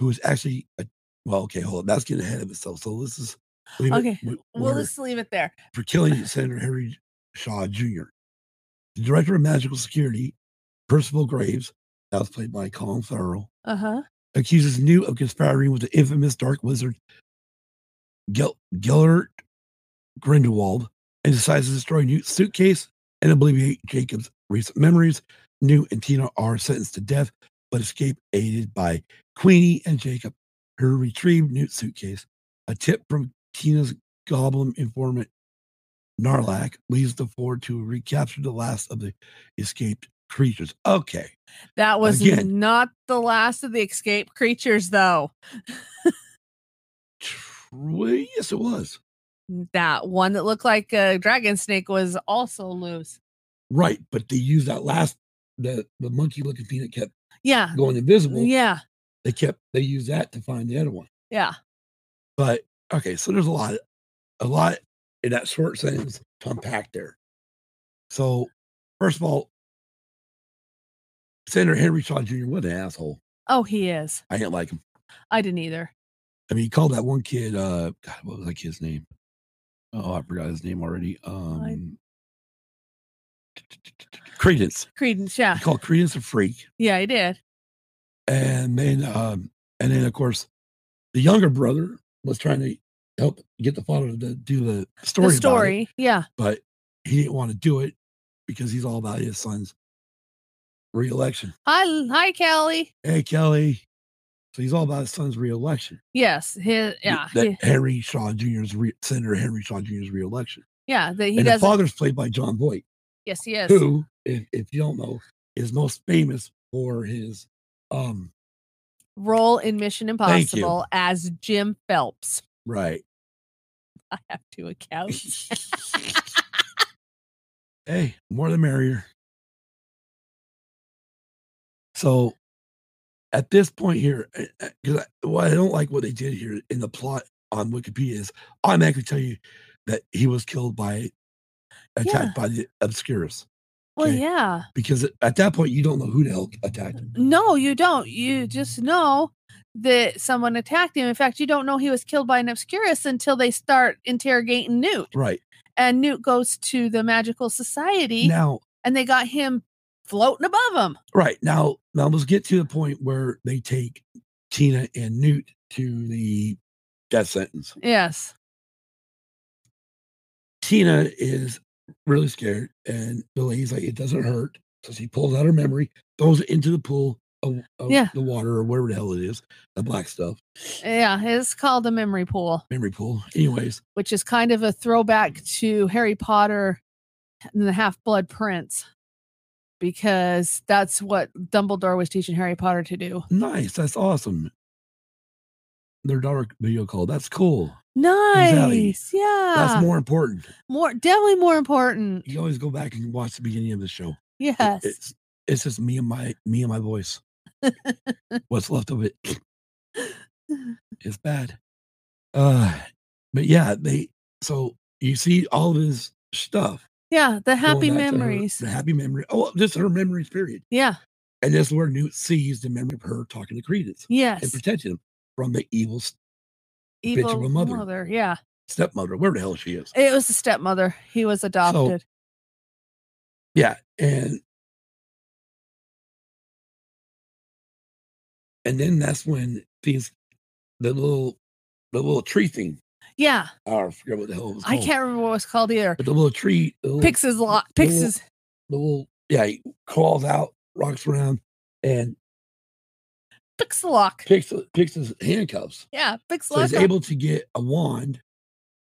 Speaker 1: who is actually a, well. Okay, hold on, that's getting ahead of itself. So this is leave it
Speaker 2: Okay,
Speaker 1: w-
Speaker 2: We'll
Speaker 1: where-
Speaker 2: just leave it there.
Speaker 1: for killing Senator Henry Shaw Jr. The director of magical security, Percival Graves, that was played by Colin Farrell,
Speaker 2: Uh huh.
Speaker 1: accuses Newt of conspiring with the infamous dark wizard Gel- Gellert Grindelwald and decides to destroy Newt's suitcase and obliviate Jacob's recent memories. Newt and Tina are sentenced to death, but escape aided by Queenie and Jacob, who retrieve Newt's suitcase. A tip from Tina's goblin informant, Narlak, leads the four to recapture the last of the escaped creatures. Okay.
Speaker 2: That was
Speaker 1: Again.
Speaker 2: not the last of the escape creatures, though.
Speaker 1: Well, yes, it was.
Speaker 2: That one that looked like a dragon snake was also loose.
Speaker 1: Right. But they used that last, the, the monkey looking thing that kept
Speaker 2: Yeah.
Speaker 1: going invisible.
Speaker 2: Yeah.
Speaker 1: they kept they used that to find the other one.
Speaker 2: Yeah.
Speaker 1: But okay, so there's a lot, a lot in that short sentence to unpack there. So first of all, Senator Henry Shaw Jr. What an asshole!
Speaker 2: Oh, he is.
Speaker 1: I didn't like him.
Speaker 2: I didn't either.
Speaker 1: I mean, he called that one kid. uh God, What was that kid's name? Oh, I forgot his name already. Um Credence.
Speaker 2: Credence. Yeah.
Speaker 1: He called Credence a freak.
Speaker 2: Yeah, he did.
Speaker 1: and then um, and then of course the younger brother was trying to help get the father to do the story,
Speaker 2: the
Speaker 1: about it,
Speaker 2: story. Yeah.
Speaker 1: but he didn't want to do it because he's all about his son's reelection.
Speaker 2: Hi, L- hi, Kelly.
Speaker 1: Hey Kelly, so he's all about his son's reelection.
Speaker 2: Yes. His,
Speaker 1: th-
Speaker 2: yeah.
Speaker 1: that
Speaker 2: he-
Speaker 1: Henry Shaw Jr.'s re- Senator Henry Shaw Jr.'s reelection,
Speaker 2: yeah. That he
Speaker 1: and the
Speaker 2: doesn't.
Speaker 1: father's played by John Voight,
Speaker 2: yes, he is.
Speaker 1: who, if, if you don't know, is most famous for his um
Speaker 2: Role in Mission
Speaker 1: Thank you.
Speaker 2: Impossible as Jim Phelps.
Speaker 1: right
Speaker 2: I have two accounts.
Speaker 1: hey, more the merrier. So at this point here, because what I don't like what they did here in the plot on Wikipedia is automatically tell you that he was killed by attacked by the obscurus
Speaker 2: well,
Speaker 1: Okay.
Speaker 2: yeah.
Speaker 1: because at that point you don't know who the hell attacked him.
Speaker 2: No, you don't. You just know that someone attacked him. In fact, you don't know he was killed by an obscurus until they start interrogating Newt.
Speaker 1: Right
Speaker 2: And Newt goes to the magical society
Speaker 1: now,
Speaker 2: and they got him floating above him.
Speaker 1: right now, now let's get to the point where they take Tina and Newt to the death sentence.
Speaker 2: Yes.
Speaker 1: Tina is really scared, and the lady's like, "It doesn't hurt." So she pulls out her memory, throws it into the pool of, of
Speaker 2: Yeah.
Speaker 1: the water or whatever the hell it is, the black stuff,
Speaker 2: Yeah. It's called the memory pool,
Speaker 1: memory pool. Anyways,
Speaker 2: which is kind of a throwback to Harry Potter and the Half Blood Prince, because that's what Dumbledore was teaching Harry Potter to do.
Speaker 1: nice. That's awesome. Their daughter video call. That's cool. Exactly.
Speaker 2: Nice. Yeah.
Speaker 1: That's more important.
Speaker 2: more definitely more important.
Speaker 1: You always go back and watch the beginning of the show. It-
Speaker 2: Yes.
Speaker 1: It's it's just me and my me and my voice. What's left of it is bad. Uh, but yeah, they so you see all of his stuff.
Speaker 2: yeah, the
Speaker 1: going
Speaker 2: happy
Speaker 1: back to her-
Speaker 2: memories.
Speaker 1: the happy memory. Oh, just her memories, period.
Speaker 2: yeah.
Speaker 1: And that's where Newt sees the memory of her talking to Credence and
Speaker 2: Yes.
Speaker 1: protecting him from the evil. s-
Speaker 2: Evil
Speaker 1: mother.
Speaker 2: Yeah.
Speaker 1: stepmother, where the hell she is.
Speaker 2: It was the stepmother. He was adopted.
Speaker 1: Yeah, and and then that's when things, the little, the little tree thing.
Speaker 2: yeah,
Speaker 1: Oh, I forget what the hell it was
Speaker 2: I
Speaker 1: called,
Speaker 2: can't remember what it was called either.
Speaker 1: But the little tree, the little,
Speaker 2: Picks his lot. Picks
Speaker 1: Little-
Speaker 2: his.
Speaker 1: the little, yeah, he crawls out, rocks around, and
Speaker 2: Picks the lock.
Speaker 1: picks picks his handcuffs.
Speaker 2: Yeah, picks the
Speaker 1: So he's
Speaker 2: lock.
Speaker 1: able to get a wand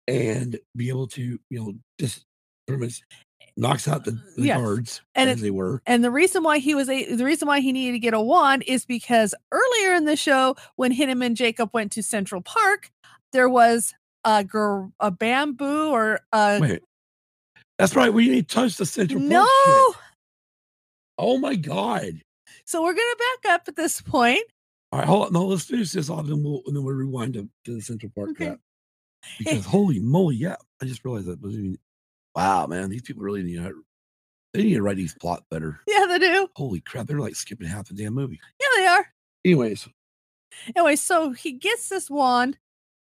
Speaker 1: and be able to, you know, just pretty much knocks out the, the
Speaker 2: Yes.
Speaker 1: guards
Speaker 2: And
Speaker 1: as they were.
Speaker 2: And the reason why he was a, the reason why he needed to get a wand is because earlier in the show, when Hidden and Jacob went to Central Park, there was a gir- a bamboo or a
Speaker 1: Wait. That's right. We didn't touch the central
Speaker 2: no.
Speaker 1: Park shit. Oh my God.
Speaker 2: So we're gonna back up at this point.
Speaker 1: All right, hold on. No, let's finish this off and we'll and then we'll rewind to, to the Central Park
Speaker 2: Okay.
Speaker 1: crap. Because holy moly, yeah. I just realized that was even wow, man. These people really need to they need to write these plot better.
Speaker 2: Yeah, they do.
Speaker 1: Holy crap, they're like skipping half the damn movie.
Speaker 2: Yeah, they are.
Speaker 1: Anyways,
Speaker 2: Anyway, so he gets this wand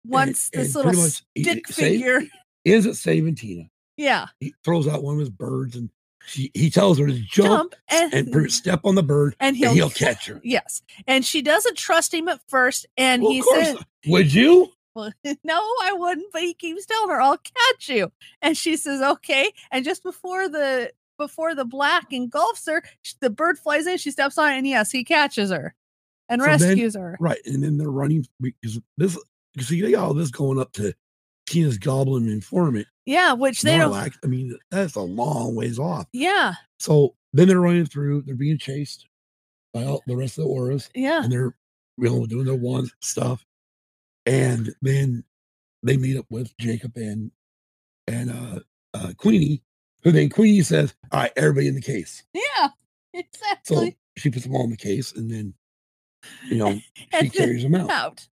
Speaker 2: once
Speaker 1: and-
Speaker 2: this
Speaker 1: and
Speaker 2: little
Speaker 1: pretty much he-
Speaker 2: stick
Speaker 1: save-
Speaker 2: figure.
Speaker 1: ends up saving Tina.
Speaker 2: Yeah,
Speaker 1: He throws out one of his birds and she he tells her to jump,
Speaker 2: jump and
Speaker 1: and pr- step on the bird
Speaker 2: and
Speaker 1: and
Speaker 2: he'll,
Speaker 1: he'll catch her.
Speaker 2: yes, and she doesn't trust him at first, and
Speaker 1: Well,
Speaker 2: he
Speaker 1: of course
Speaker 2: says,
Speaker 1: not. Would you?
Speaker 2: well, no, I wouldn't. But he keeps telling her, I'll catch you. And she says, okay. And just before the before the black engulfs her, sh- the bird flies in. She steps on it, and yes, he catches her and
Speaker 1: So then-
Speaker 2: rescues her.
Speaker 1: Right. And then they're running because this you see they got all this going up to Tina's goblin informant.
Speaker 2: Yeah, which they don't.
Speaker 1: Morlock. I mean, that's a long ways off.
Speaker 2: Yeah,
Speaker 1: So then they're running through, they're being chased by all the rest of the auras,
Speaker 2: yeah,
Speaker 1: and they're you know doing their wand stuff. And then they meet up with Jacob and and uh, uh Queenie, who then Queenie says, All right, everybody in the case.
Speaker 2: yeah.
Speaker 1: So
Speaker 2: Exactly.
Speaker 1: she puts them all in the case and then you know, she
Speaker 2: and then
Speaker 1: carries them out.
Speaker 2: out.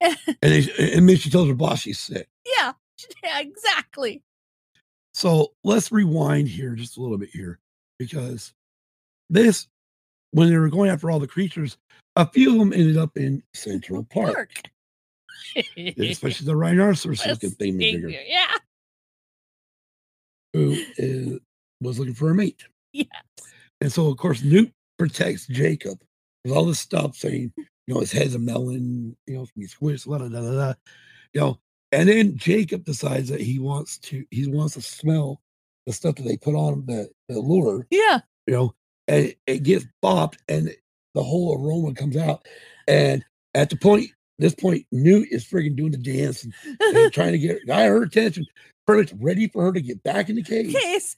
Speaker 1: And, they, and then she tells her boss she's sick.
Speaker 2: Yeah, yeah, exactly.
Speaker 1: So let's rewind here just a little bit here because this, when they were going after all the creatures, a few of them ended up in Central Park, especially the rhinoceros looking
Speaker 2: Let's
Speaker 1: thing
Speaker 2: Thank
Speaker 1: figure
Speaker 2: you. Yeah,
Speaker 1: who is, was looking for a mate.
Speaker 2: Yes.
Speaker 1: And so, of course, Newt protects Jacob with all this stuff saying, you know, his head's a melon, you know, he squished, la da da da da. You know, and then Jacob decides that he wants to, he wants to smell the stuff that they put on him, the, the lure.
Speaker 2: yeah,
Speaker 1: you know, and it, it gets bopped and it- the whole aroma comes out. And at the point, this point, Newt is friggin' doing the dance and, and trying to get got her attention, pretty much ready for her to get back in the cage.
Speaker 2: case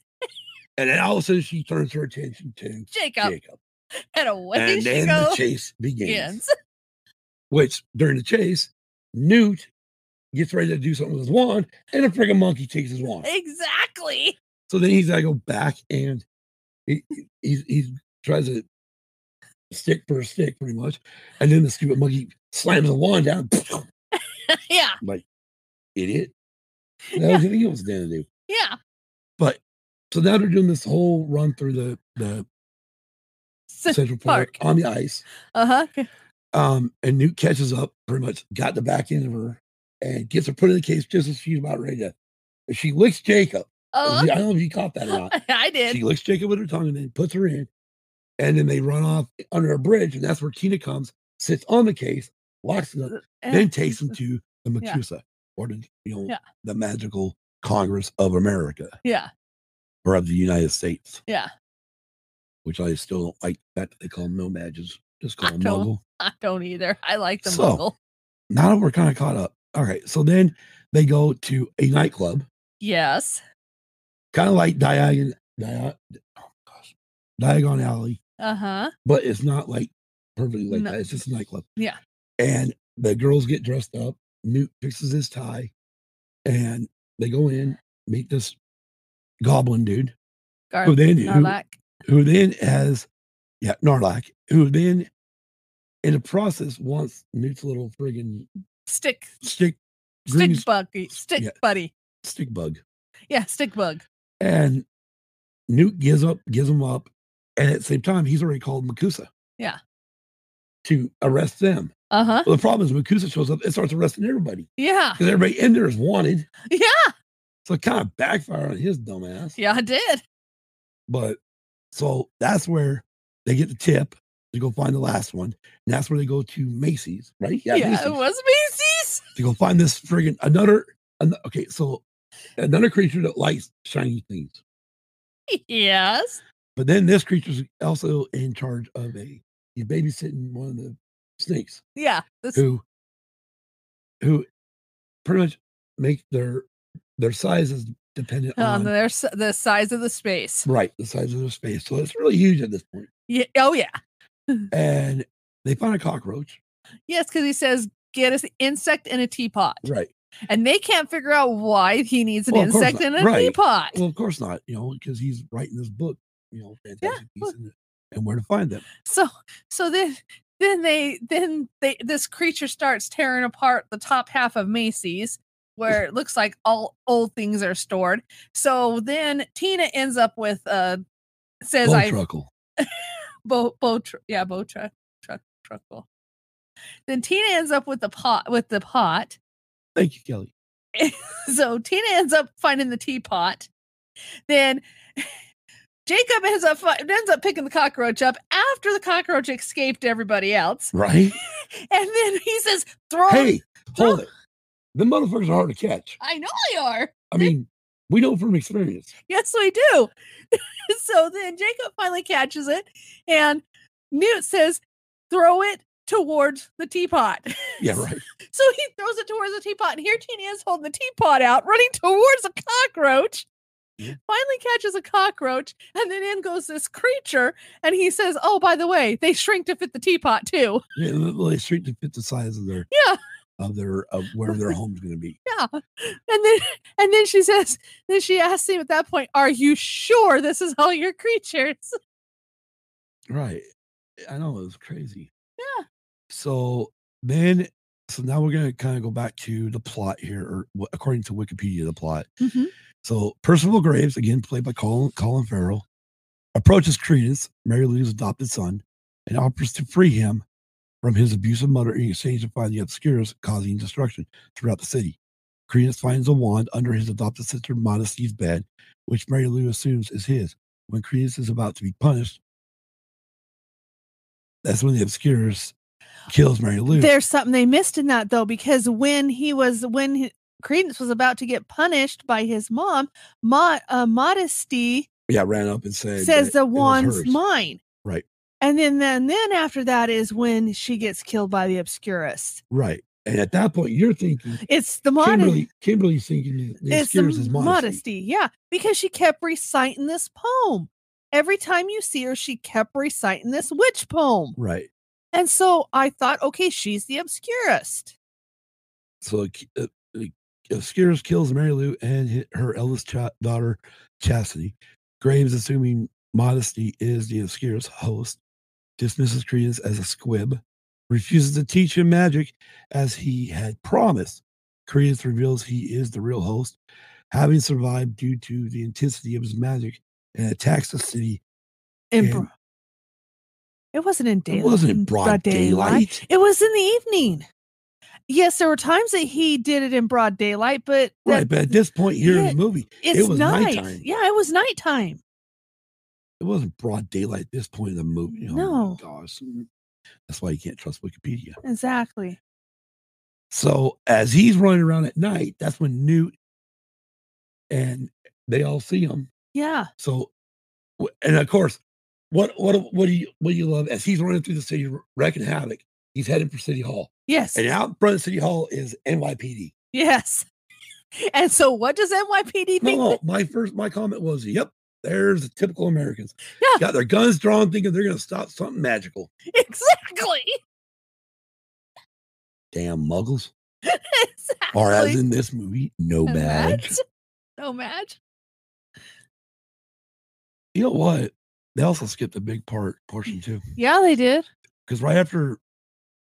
Speaker 1: And then all of a sudden, she turns her attention to
Speaker 2: Jacob
Speaker 1: Jacob.
Speaker 2: and away
Speaker 1: and
Speaker 2: she
Speaker 1: then the
Speaker 2: goes.
Speaker 1: chase begins,
Speaker 2: Yes.
Speaker 1: which during the chase, Newt gets ready to do something with his wand, and a friggin' monkey takes his wand.
Speaker 2: Exactly.
Speaker 1: So then he's got to go back and he he- he's, he's tries to stick for a stick pretty much, and then the stupid monkey slams the wand down.
Speaker 2: yeah,
Speaker 1: Idiot! That
Speaker 2: Yeah.
Speaker 1: was the thing it was going to do.
Speaker 2: yeah,
Speaker 1: But so now they're doing this whole run through the the Central Park,
Speaker 2: Park.
Speaker 1: on the ice.
Speaker 2: Uh huh.
Speaker 1: Um, and Newt catches up, pretty much got the back end of her, and gets her put in the case just as she's about ready to. She licks Jacob.
Speaker 2: Oh,
Speaker 1: I don't know if you caught that or not.
Speaker 2: I did.
Speaker 1: She licks Jacob with her tongue and then puts her in. And then they run off under a bridge, and that's where Tina comes, sits on the case, locks it up,
Speaker 2: Eh,
Speaker 1: then takes them to the
Speaker 2: Yeah.
Speaker 1: Macusa or the you know
Speaker 2: Yeah.
Speaker 1: the magical Congress of America
Speaker 2: yeah,
Speaker 1: or of the United States,
Speaker 2: yeah.
Speaker 1: which I still don't like that they call them nomads, just- just call them
Speaker 2: don't-
Speaker 1: muggle.
Speaker 2: I don't either. I like the
Speaker 1: So,
Speaker 2: Muggle.
Speaker 1: Now that we're kind of caught up. All right. So then they go to a nightclub,
Speaker 2: Yes.
Speaker 1: kind of like Diagon Diag- oh gosh, Diagon Alley.
Speaker 2: Uh huh.
Speaker 1: but it's not like perfectly like
Speaker 2: No.
Speaker 1: that. It's just a nightclub.
Speaker 2: Yeah.
Speaker 1: And the girls get dressed up. Newt fixes his tie, and they go in meet this goblin dude who
Speaker 2: Garlic.
Speaker 1: then who,
Speaker 2: Narlac.
Speaker 1: who then has yeah Narlac who then in the process wants Newt's little friggin'
Speaker 2: Stick.
Speaker 1: stick green
Speaker 2: Stick buggy. Stick
Speaker 1: yeah.
Speaker 2: buddy.
Speaker 1: stick bug
Speaker 2: Yeah, stick bug.
Speaker 1: and Newt gives up gives him up and at the same time he's already called Makusa
Speaker 2: Yeah.
Speaker 1: to arrest them
Speaker 2: Uh huh.
Speaker 1: Well, the problem is when Kusa shows up, it starts arresting everybody
Speaker 2: Yeah.
Speaker 1: because everybody in there is wanted.
Speaker 2: Yeah.
Speaker 1: So it kind of backfired on his dumbass.
Speaker 2: Yeah, I did.
Speaker 1: But so that's where they get the tip to go find the last one. And that's where they go to Macy's, right?
Speaker 2: Yeah, it
Speaker 1: Macy's,
Speaker 2: was Macy's.
Speaker 1: to go find this friggin' another. An, okay, so another creature that likes shiny things.
Speaker 2: yes.
Speaker 1: But then this creature's also in charge of a he's babysitting one of the snakes
Speaker 2: Yeah. This,
Speaker 1: who who pretty much make their their size is dependent
Speaker 2: on
Speaker 1: on,
Speaker 2: uh, their, s- Oh, the size of the space.
Speaker 1: right the size of their space. So it's really huge at this point.
Speaker 2: Yeah. Oh, yeah.
Speaker 1: And they find a cockroach.
Speaker 2: Yes, because he says, get us an insect in a teapot.
Speaker 1: Right.
Speaker 2: And they can't figure out why he needs an
Speaker 1: Well, of course
Speaker 2: insect
Speaker 1: not.
Speaker 2: in a
Speaker 1: Right.
Speaker 2: teapot.
Speaker 1: Well, of course not, you know, because he's writing this book, you know, fantastic
Speaker 2: well-
Speaker 1: beasts and, and where to find them.
Speaker 2: so so then then they then they this creature starts tearing apart the top half of macy's where it looks like all old things are stored so then tina ends up with uh says
Speaker 1: Bull
Speaker 2: i
Speaker 1: truckle.
Speaker 2: bo bo tr- yeah bo truck truck truckle then tina ends up with the pot with the pot
Speaker 1: Thank you, Kelly.
Speaker 2: so tina ends up finding the teapot then jacob ends up fi- ends up picking the cockroach up after the cockroach escaped everybody else
Speaker 1: Right?
Speaker 2: And then he says, throw
Speaker 1: hey, hold
Speaker 2: throw-
Speaker 1: it. The motherfuckers are hard to catch.
Speaker 2: I know they are.
Speaker 1: I mean, we know from experience.
Speaker 2: Yes, we do. so then Jacob finally catches it and Newt says, throw it towards the teapot.
Speaker 1: Yeah, right.
Speaker 2: So he throws it towards the teapot, and here Tina is holding the teapot out, running towards a cockroach.
Speaker 1: Yeah.
Speaker 2: Finally catches a cockroach, and then in goes this creature, and he says, Oh, by the way, they shrink to fit the teapot too.
Speaker 1: Yeah, well, they shrink to fit the size of their
Speaker 2: Yeah.
Speaker 1: of their of where their home's gonna be.
Speaker 2: yeah and then and then she says then she asks him at that point are you sure this is all your creatures
Speaker 1: Right. I know it was crazy.
Speaker 2: Yeah.
Speaker 1: So then so now we're gonna kind of go back to the plot here, or wh- according to Wikipedia, the plot.
Speaker 2: Mm-hmm.
Speaker 1: So Percival Graves, again played by Colin, Colin Farrell, approaches Credence, Mary Lou's adopted son, and offers to free him from his abusive mother in exchange for finding obscures causing destruction throughout the city. Credence finds a wand under his adopted sister Modesty's bed, which Mary Lou assumes is his. When Credence is about to be punished, that's when the obscures kills Mary Lou.
Speaker 2: there's something they missed in that though because when he was when he, credence was about to get punished by his mom Mo, uh, modesty
Speaker 1: yeah, ran up and said
Speaker 2: says
Speaker 1: that
Speaker 2: the
Speaker 1: it was
Speaker 2: wand's
Speaker 1: hers.
Speaker 2: mine
Speaker 1: Right.
Speaker 2: and then then then after that is when she gets killed by the obscurus
Speaker 1: Right. And at that point, you're thinking
Speaker 2: it's the modest
Speaker 1: Kimberly, Kimberly's thinking the- the
Speaker 2: it's the
Speaker 1: obscures
Speaker 2: modesty.
Speaker 1: is modesty.
Speaker 2: Yeah, because she kept reciting this poem. Every time you see her, she kept reciting this witch poem.
Speaker 1: Right.
Speaker 2: And so I thought, okay, she's the obscurest.
Speaker 1: So K- uh, uh, obscures kills Mary Lou and hi- her eldest cha- daughter, Chastity. Graves, assuming modesty is the obscures host, dismisses Credence as a squib, refuses to teach him magic as he had promised. Credence reveals he is the real host, having survived due to the intensity of his magic, and attacks the city.
Speaker 2: In
Speaker 1: And-
Speaker 2: bro- it wasn't in daylight.
Speaker 1: It wasn't in broad daylight.
Speaker 2: It was in the evening. Yes, there were times that he did it in broad daylight, but that-
Speaker 1: Right, but at this point here in the movie,
Speaker 2: it's
Speaker 1: was
Speaker 2: night.
Speaker 1: nighttime.
Speaker 2: Yeah, it was nighttime.
Speaker 1: it wasn't broad daylight at this point in the movie.
Speaker 2: No.
Speaker 1: Oh my gosh. That's why you can't trust Wikipedia.
Speaker 2: Exactly.
Speaker 1: So as he's running around at night, that's when Newt and they all see him.
Speaker 2: Yeah.
Speaker 1: So w- and of course, what what what do you what do you love as he's running through the city wr- wrecking havoc? He's headed for City Hall.
Speaker 2: Yes.
Speaker 1: And out in front of City Hall is NYPD.
Speaker 2: Yes. And so what does NYPD think?
Speaker 1: No, no, Oh, my first my comment was, yep, there's the typical Americans.
Speaker 2: Yeah.
Speaker 1: Got their guns drawn, thinking they're gonna stop something magical.
Speaker 2: Exactly.
Speaker 1: Damn muggles.
Speaker 2: exactly.
Speaker 1: Or as in this movie, no
Speaker 2: A
Speaker 1: badge.
Speaker 2: match? No match.
Speaker 1: You know what? They also skipped a big part portion too,
Speaker 2: Yeah, they did.
Speaker 1: because right after,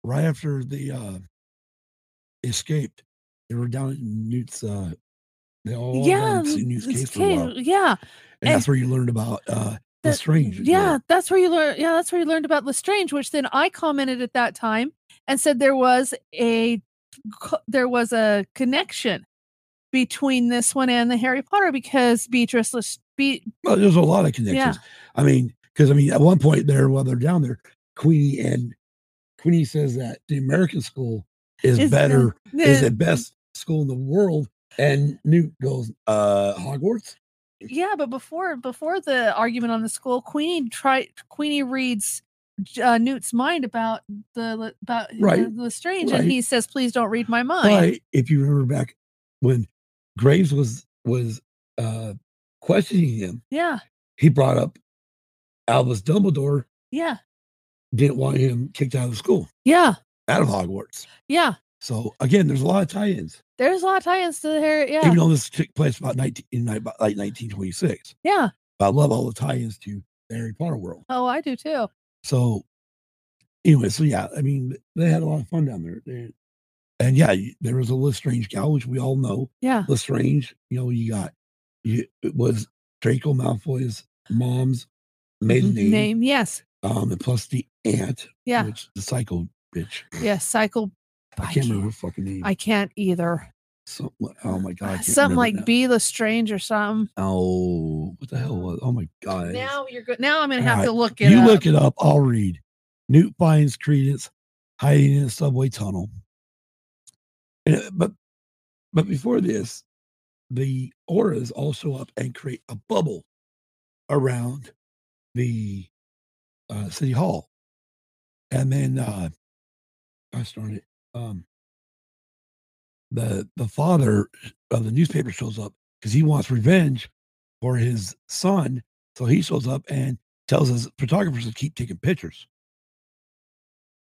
Speaker 1: right after the uh escaped, they were down in Newt's. uh They all
Speaker 2: yeah, mm,
Speaker 1: down in Newt's
Speaker 2: it's
Speaker 1: case for a while,
Speaker 2: cave- yeah,
Speaker 1: and that's where you learned about uh
Speaker 2: the-
Speaker 1: Lestrange. as well.
Speaker 2: yeah. That's where you learn. Yeah, that's where you learned about Lestrange, which then I commented at that time and said there was a co- there was a connection between this one and the Harry Potter because Beatrice was be-
Speaker 1: Well, there's a lot of connections. I mean, because I mean, at one point there, while they're down there, Queenie and Queenie says that the American school is,
Speaker 2: is the-
Speaker 1: better,
Speaker 2: the-
Speaker 1: is the best school in the world, and Newt goes, "Uh, Hogwarts."
Speaker 2: yeah but before before the argument on the school queenie try queenie reads J- uh, newt's mind about the Le- about
Speaker 1: Right,
Speaker 2: the strange
Speaker 1: right.
Speaker 2: and he says please don't read my
Speaker 1: But
Speaker 2: mind
Speaker 1: if you remember back when Graves was was uh questioning him,
Speaker 2: yeah
Speaker 1: he brought up Albus Dumbledore
Speaker 2: yeah
Speaker 1: didn't want him kicked out of the school,
Speaker 2: yeah
Speaker 1: out of Hogwarts.
Speaker 2: yeah
Speaker 1: So again, there's a lot of tie-ins.
Speaker 2: there's a lot of tie-ins to the hair yeah
Speaker 1: even though this took place about 19, in ni- about like 1926.
Speaker 2: yeah
Speaker 1: But I love all the tie-ins to the Harry Potter world.
Speaker 2: oh i do too
Speaker 1: So anyway, so yeah, I mean, they had a lot of fun down there. They- and yeah, you- there was a Lestrange gal, which we all know.
Speaker 2: yeah
Speaker 1: Lestrange, you know, you got you, it was Draco Malfoy's mom's maiden name,
Speaker 2: Mm-hmm, name yes
Speaker 1: um, and plus the aunt,
Speaker 2: yeah
Speaker 1: which the psycho bitch.
Speaker 2: yeah cycle
Speaker 1: I, can't remember her fucking name.
Speaker 2: i can't either
Speaker 1: Something, like- oh my god, I can't
Speaker 2: something
Speaker 1: remember
Speaker 2: like
Speaker 1: now.
Speaker 2: be lestrange or something
Speaker 1: Oh, what the hell was? Oh my god! it's-
Speaker 2: now you're good now i'm gonna have
Speaker 1: Right.
Speaker 2: to look it
Speaker 1: You
Speaker 2: up
Speaker 1: look it up. I'll read. Newt finds Credence hiding in a subway tunnel. And, uh, but but before this, the auras all show up and create a bubble around the uh, city hall. And then uh, I started. Um, the the father of the newspaper shows up because he wants revenge for his son. So he shows up and tells his photographers to keep taking pictures.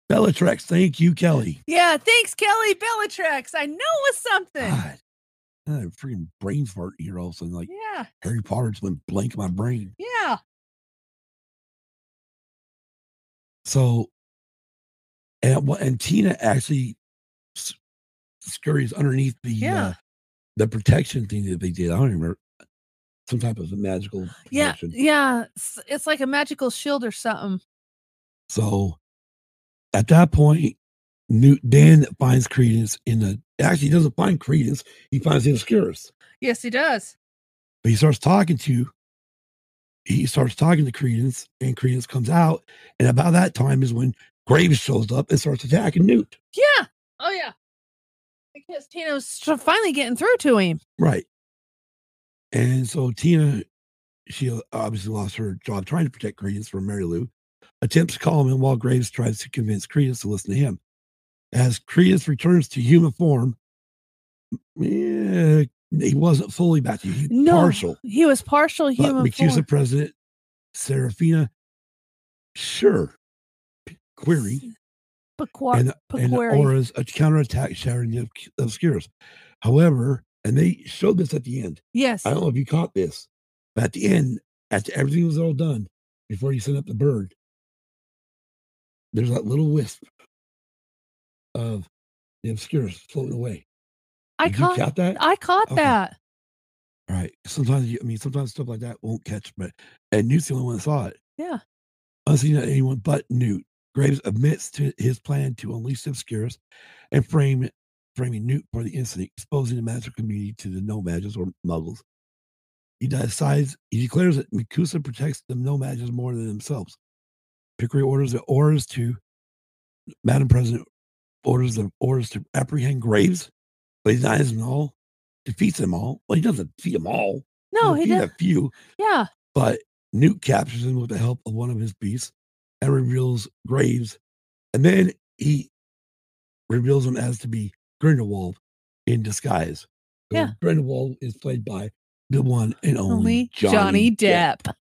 Speaker 1: Bellatrix, thank you, Kelly.
Speaker 2: yeah thanks kelly bellatrix i know it was something
Speaker 1: God, I had a freaking brain fart here all of a sudden. Like
Speaker 2: Yeah,
Speaker 1: Harry Potter just went blank in my brain.
Speaker 2: yeah,
Speaker 1: So, and wha- and Tina actually s- scurries underneath the uh,
Speaker 2: Yeah.
Speaker 1: the protection thing that they did. I don't even remember some type of magical
Speaker 2: yeah,
Speaker 1: protection.
Speaker 2: yeah. It's, it's like a magical shield or something.
Speaker 1: So at that point, Newt Dan finds Credence in the actually he doesn't find Credence, he finds the Obscurus.
Speaker 2: Yes, he does.
Speaker 1: But he starts talking to he starts talking to Credence, and Credence comes out, and about that time is when Graves shows up and starts attacking Newt.
Speaker 2: Yeah. Oh yeah. Because Tino's sh- finally getting through to him.
Speaker 1: Right. And so Tina, she obviously lost her job trying to protect Credence from Mary Lou, attempts to calm him while Graves tries to convince Credence to listen to him. As Credence returns to human form, eh, he wasn't fully back to hu-
Speaker 2: No,
Speaker 1: partial,
Speaker 2: He was partial
Speaker 1: but
Speaker 2: human.
Speaker 1: recused the
Speaker 2: form.
Speaker 1: president, Serafina, sure, p- query,
Speaker 2: But qua-
Speaker 1: and and
Speaker 2: Pequary.
Speaker 1: Aura's a counterattack shattering the obsc- obscurus. However, and they showed this at the end.
Speaker 2: yes.
Speaker 1: I don't know if you caught this, but at the end, after everything was all done, before you sent up the bird, there's that little wisp of the obscurus floating away.
Speaker 2: I
Speaker 1: Did
Speaker 2: caught.
Speaker 1: you caught that?
Speaker 2: I caught
Speaker 1: Okay.
Speaker 2: that.
Speaker 1: All right. Sometimes you, I mean, sometimes stuff like that won't catch, but and Newt's the only one that saw it.
Speaker 2: Yeah.
Speaker 1: Unseen to anyone but Newt. Graves admits to his plan to unleash the obscurus and frame framing Newt for the incident, exposing the magical community to the nomads or muggles. He decides he declares that Mikusa protects the nomads more than themselves. Pickery orders the orders to Madam President orders the orders to apprehend Graves, but he denies them all, defeats them all. Well, he doesn't defeat them all.
Speaker 2: No, he
Speaker 1: defeats
Speaker 2: did.
Speaker 1: a few
Speaker 2: Yeah.
Speaker 1: but Newt captures him with the help of one of his beasts and reveals Graves. And then he reveals him as to be Grindelwald in disguise. So
Speaker 2: Yeah.
Speaker 1: Grindelwald is played by the one and only,
Speaker 2: Only Johnny, Depp.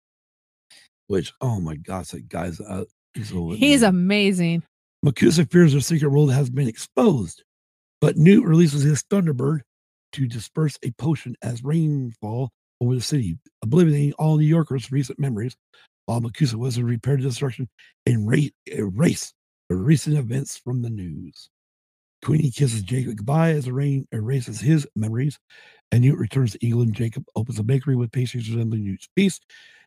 Speaker 1: Which, oh my gosh, that guy's uh, he's, so
Speaker 2: He's
Speaker 1: amazing.
Speaker 2: amazing.
Speaker 1: Makusa fears her secret world has been exposed, but Newt releases his Thunderbird to disperse a potion as rainfall over the city, obliterating all New Yorkers' recent memories. While Makusa was to repair the destruction and ra- erase the recent events from the news. Queenie kisses Jacob goodbye as the rain erases his memories, and Newt returns to England. Jacob opens a bakery with pastries resembling Newt's feast,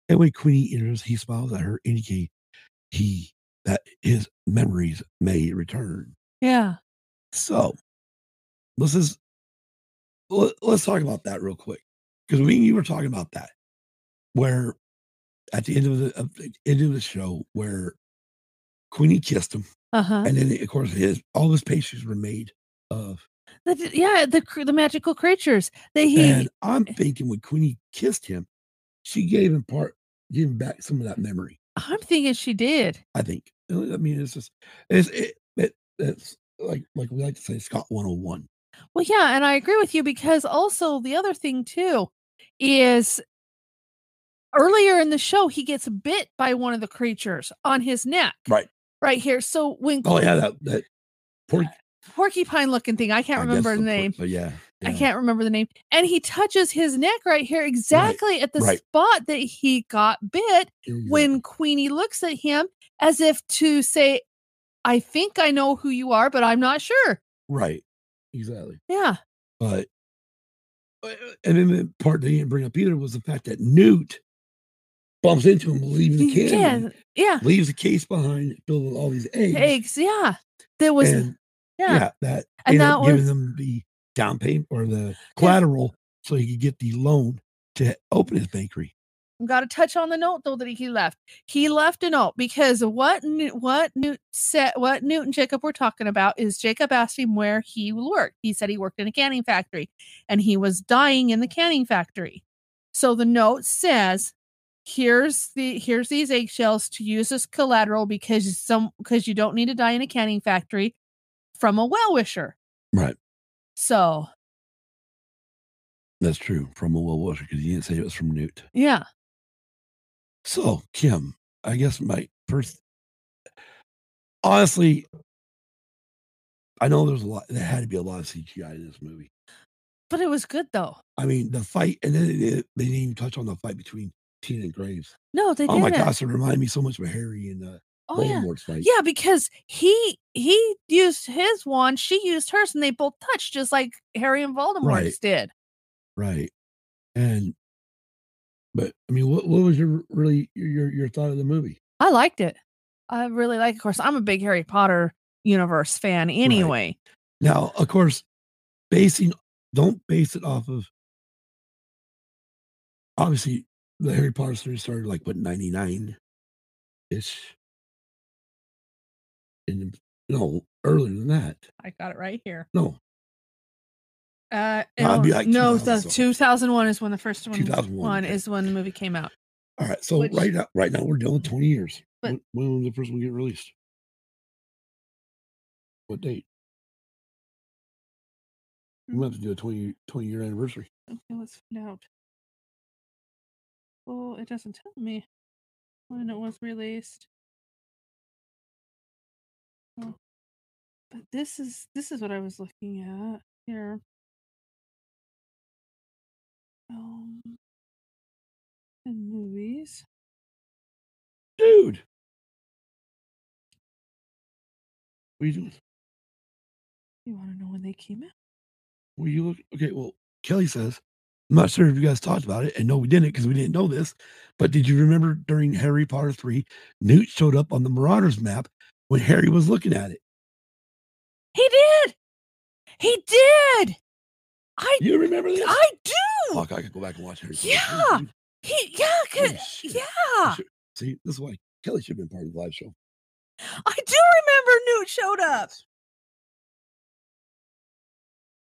Speaker 1: and when Queenie enters, he smiles at her, indicating he that his memories may return.
Speaker 2: Yeah.
Speaker 1: So let's just let, us talk about that real quick because we you were talking about that where at the end of the, of the end of the show where Queenie kissed him,
Speaker 2: Uh huh.
Speaker 1: and then of course his all his pastries were made of.
Speaker 2: Yeah, the cr- the magical creatures. They he
Speaker 1: And I'm thinking when Queenie kissed him, she gave him part, gave him back some of that memory.
Speaker 2: I'm thinking she did.
Speaker 1: I think. I mean, it's just it's it, it it's like like we like to say Scott 101.
Speaker 2: Well, yeah, and I agree with you because also the other thing too is earlier in the show he gets bit by one of the creatures on his neck.
Speaker 1: Right.
Speaker 2: Right here. So when
Speaker 1: Oh yeah, that that pork.
Speaker 2: porcupine looking thing, I can't
Speaker 1: I guess
Speaker 2: remember the
Speaker 1: por-
Speaker 2: name.
Speaker 1: But yeah,
Speaker 2: I
Speaker 1: yeah.
Speaker 2: can't remember the name. And he touches his neck right here exactly at the
Speaker 1: right.
Speaker 2: spot that he got bit
Speaker 1: Yeah, yeah.
Speaker 2: when Queenie looks at him as if to say, I think I know who you are, but I'm not sure.
Speaker 1: right exactly.
Speaker 2: Yeah.
Speaker 1: But but- and then the part they didn't bring up either was the fact that Newt bumps into him, leaving the can,
Speaker 2: Yeah.
Speaker 1: behind,
Speaker 2: Yeah.
Speaker 1: leaves the case behind, filled with all these eggs.
Speaker 2: Eggs. Yeah. There was,
Speaker 1: and yeah.
Speaker 2: yeah.
Speaker 1: that
Speaker 2: And
Speaker 1: ended
Speaker 2: that
Speaker 1: up giving
Speaker 2: was-
Speaker 1: them the down payment or the collateral so he could get the loan to open his bakery.
Speaker 2: Got to touch on the note though that he left. He left a note because what Newt- what Newt said, what Newt and Jacob were talking about is Jacob asked him where he worked. He said he worked in a canning factory, and he was dying in the canning factory. So the note says, "Here's the here's these eggshells to use as collateral because some because you don't need to die in a canning factory from a well wisher."
Speaker 1: Right.
Speaker 2: So
Speaker 1: That's true from a well washer because he didn't say it was from Newt.
Speaker 2: yeah,
Speaker 1: So, Kim, I guess my first, honestly, I know there's a lot, there had to be a lot of CGI in this movie.
Speaker 2: but it was good though.
Speaker 1: I mean, the fight, and then they, they didn't even touch on the fight between Tina and Graves.
Speaker 2: No, they
Speaker 1: oh
Speaker 2: didn't.
Speaker 1: my gosh, it reminded me so much of Harry and uh,
Speaker 2: Oh yeah.
Speaker 1: Voldemort's fight.
Speaker 2: Yeah, because he he used his wand, she used hers, and they both touched just like Harry and Voldemort's
Speaker 1: Right.
Speaker 2: did.
Speaker 1: Right. And, but I mean, what, what was your really your, your your thought of the movie?
Speaker 2: I liked it. I really like. Of course, I'm a big Harry Potter universe fan anyway.
Speaker 1: Now, of course, basing don't base it off of obviously the Harry Potter series started like what ninety nine ish. And no, earlier than that.
Speaker 2: I got it right here.
Speaker 1: No,
Speaker 2: Uh,
Speaker 1: No, it'd be
Speaker 2: it'll-
Speaker 1: like
Speaker 2: no,
Speaker 1: 2000
Speaker 2: the
Speaker 1: something.
Speaker 2: 2001 is when the first one
Speaker 1: 2001,
Speaker 2: one
Speaker 1: okay.
Speaker 2: is when the movie came out.
Speaker 1: all right. So
Speaker 2: Which-
Speaker 1: right now, right now we're dealing with twenty years.
Speaker 2: But-
Speaker 1: when, when was the first one get released? What date? We might have to do a 20, 20 year anniversary.
Speaker 2: Okay, let's find out. Well, it doesn't tell me when it was released. Oh. But this is this is what I was looking at here. Um, and movies.
Speaker 1: Dude. What are you doing?
Speaker 2: You want to know when they came out?
Speaker 1: Well, you look okay. Well, Kelly says, I'm not sure if you guys talked about it, and no, we didn't because we didn't know this. But did you remember during Harry Potter 3, Newt showed up on the Marauders map when Harry was looking at it?
Speaker 2: He did. He did. I
Speaker 1: You remember this?
Speaker 2: I do.
Speaker 1: Fuck, I could go back and watch Harry
Speaker 2: Oh! Yeah,
Speaker 1: Potter. 3, dude.
Speaker 2: He yeah 'cause-
Speaker 1: Holy shit.
Speaker 2: yeah.
Speaker 1: Should- See, this is why Kelly should have been part of the live show.
Speaker 2: I do remember Newt showed up.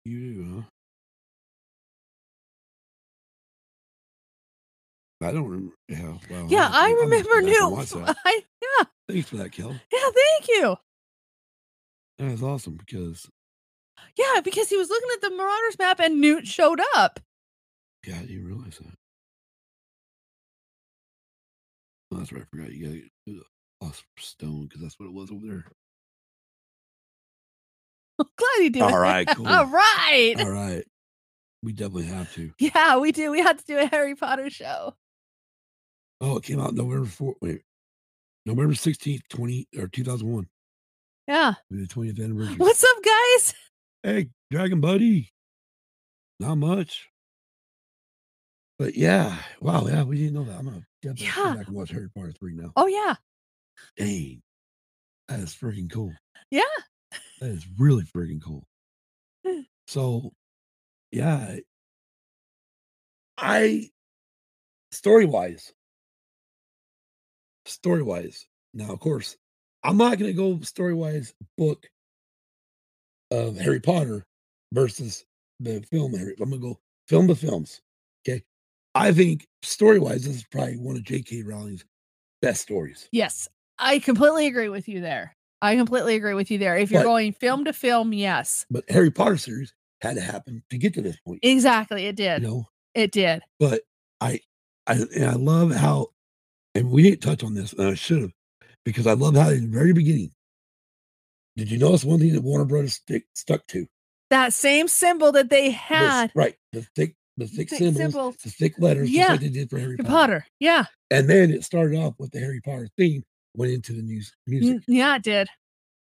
Speaker 1: You do, huh? I don't remember. Yeah, wow, I'm
Speaker 2: Yeah,
Speaker 1: gonna-
Speaker 2: I
Speaker 1: Oh, I'm gonna have to
Speaker 2: remember
Speaker 1: go
Speaker 2: Newt.
Speaker 1: back and watch that.
Speaker 2: I yeah
Speaker 1: Thanks for that, Kelly.
Speaker 2: yeah. Thank you.
Speaker 1: That was awesome because
Speaker 2: Yeah, because he was looking at the Marauders map and Newt showed up.
Speaker 1: Yeah, I didn't realize that. Oh, that's right. I forgot you gotta do the Philosopher's Stone because that's what it was over there.
Speaker 2: I'm glad he did.
Speaker 1: All
Speaker 2: it.
Speaker 1: right, cool.
Speaker 2: All right.
Speaker 1: All right. We definitely have to.
Speaker 2: Yeah, we do. We had to do a Harry Potter show.
Speaker 1: Oh, it came out November 4th. Wait. November 16th, 20 or 2001.
Speaker 2: Yeah.
Speaker 1: with The 20th anniversary.
Speaker 2: What's up, guys?
Speaker 1: Hey, Dragon Buddy. Not much. But yeah. Wow. Yeah. We didn't know that. I'm going to definitely
Speaker 2: Yeah.
Speaker 1: go back and watch Harry Potter 3 now.
Speaker 2: Oh yeah.
Speaker 1: Dang. That is freaking cool. That is really freaking cool. So, yeah, I story wise, story wise. Now, of course, I'm not going to go story wise book of Harry Potter versus the film Harry. I'm going to go film to films. Okay, I think story wise, this is probably one of J.K. Rowling's best stories.
Speaker 2: Yes, I completely agree with you there. I completely agree with you there. If you're
Speaker 1: But-
Speaker 2: going film to film, yes,
Speaker 1: But Harry Potter series had to happen to get to this point.
Speaker 2: exactly. It
Speaker 1: You
Speaker 2: did.
Speaker 1: know,
Speaker 2: It did.
Speaker 1: but I, I, and I love how, and we didn't touch on this, and I should have, because I love how in the very beginning, did you notice one thing that Warner Brothers stick, stuck to?
Speaker 2: That same symbol that they
Speaker 1: This-
Speaker 2: had,
Speaker 1: right, the thick, the thick,
Speaker 2: Thick
Speaker 1: symbols,
Speaker 2: symbols.
Speaker 1: the thick letters, just
Speaker 2: Yeah,
Speaker 1: like they did for Harry
Speaker 2: Harry
Speaker 1: Potter.
Speaker 2: Potter. Yeah,
Speaker 1: And then it started off with the Harry Potter theme, went into the news, music.
Speaker 2: N- yeah, it did.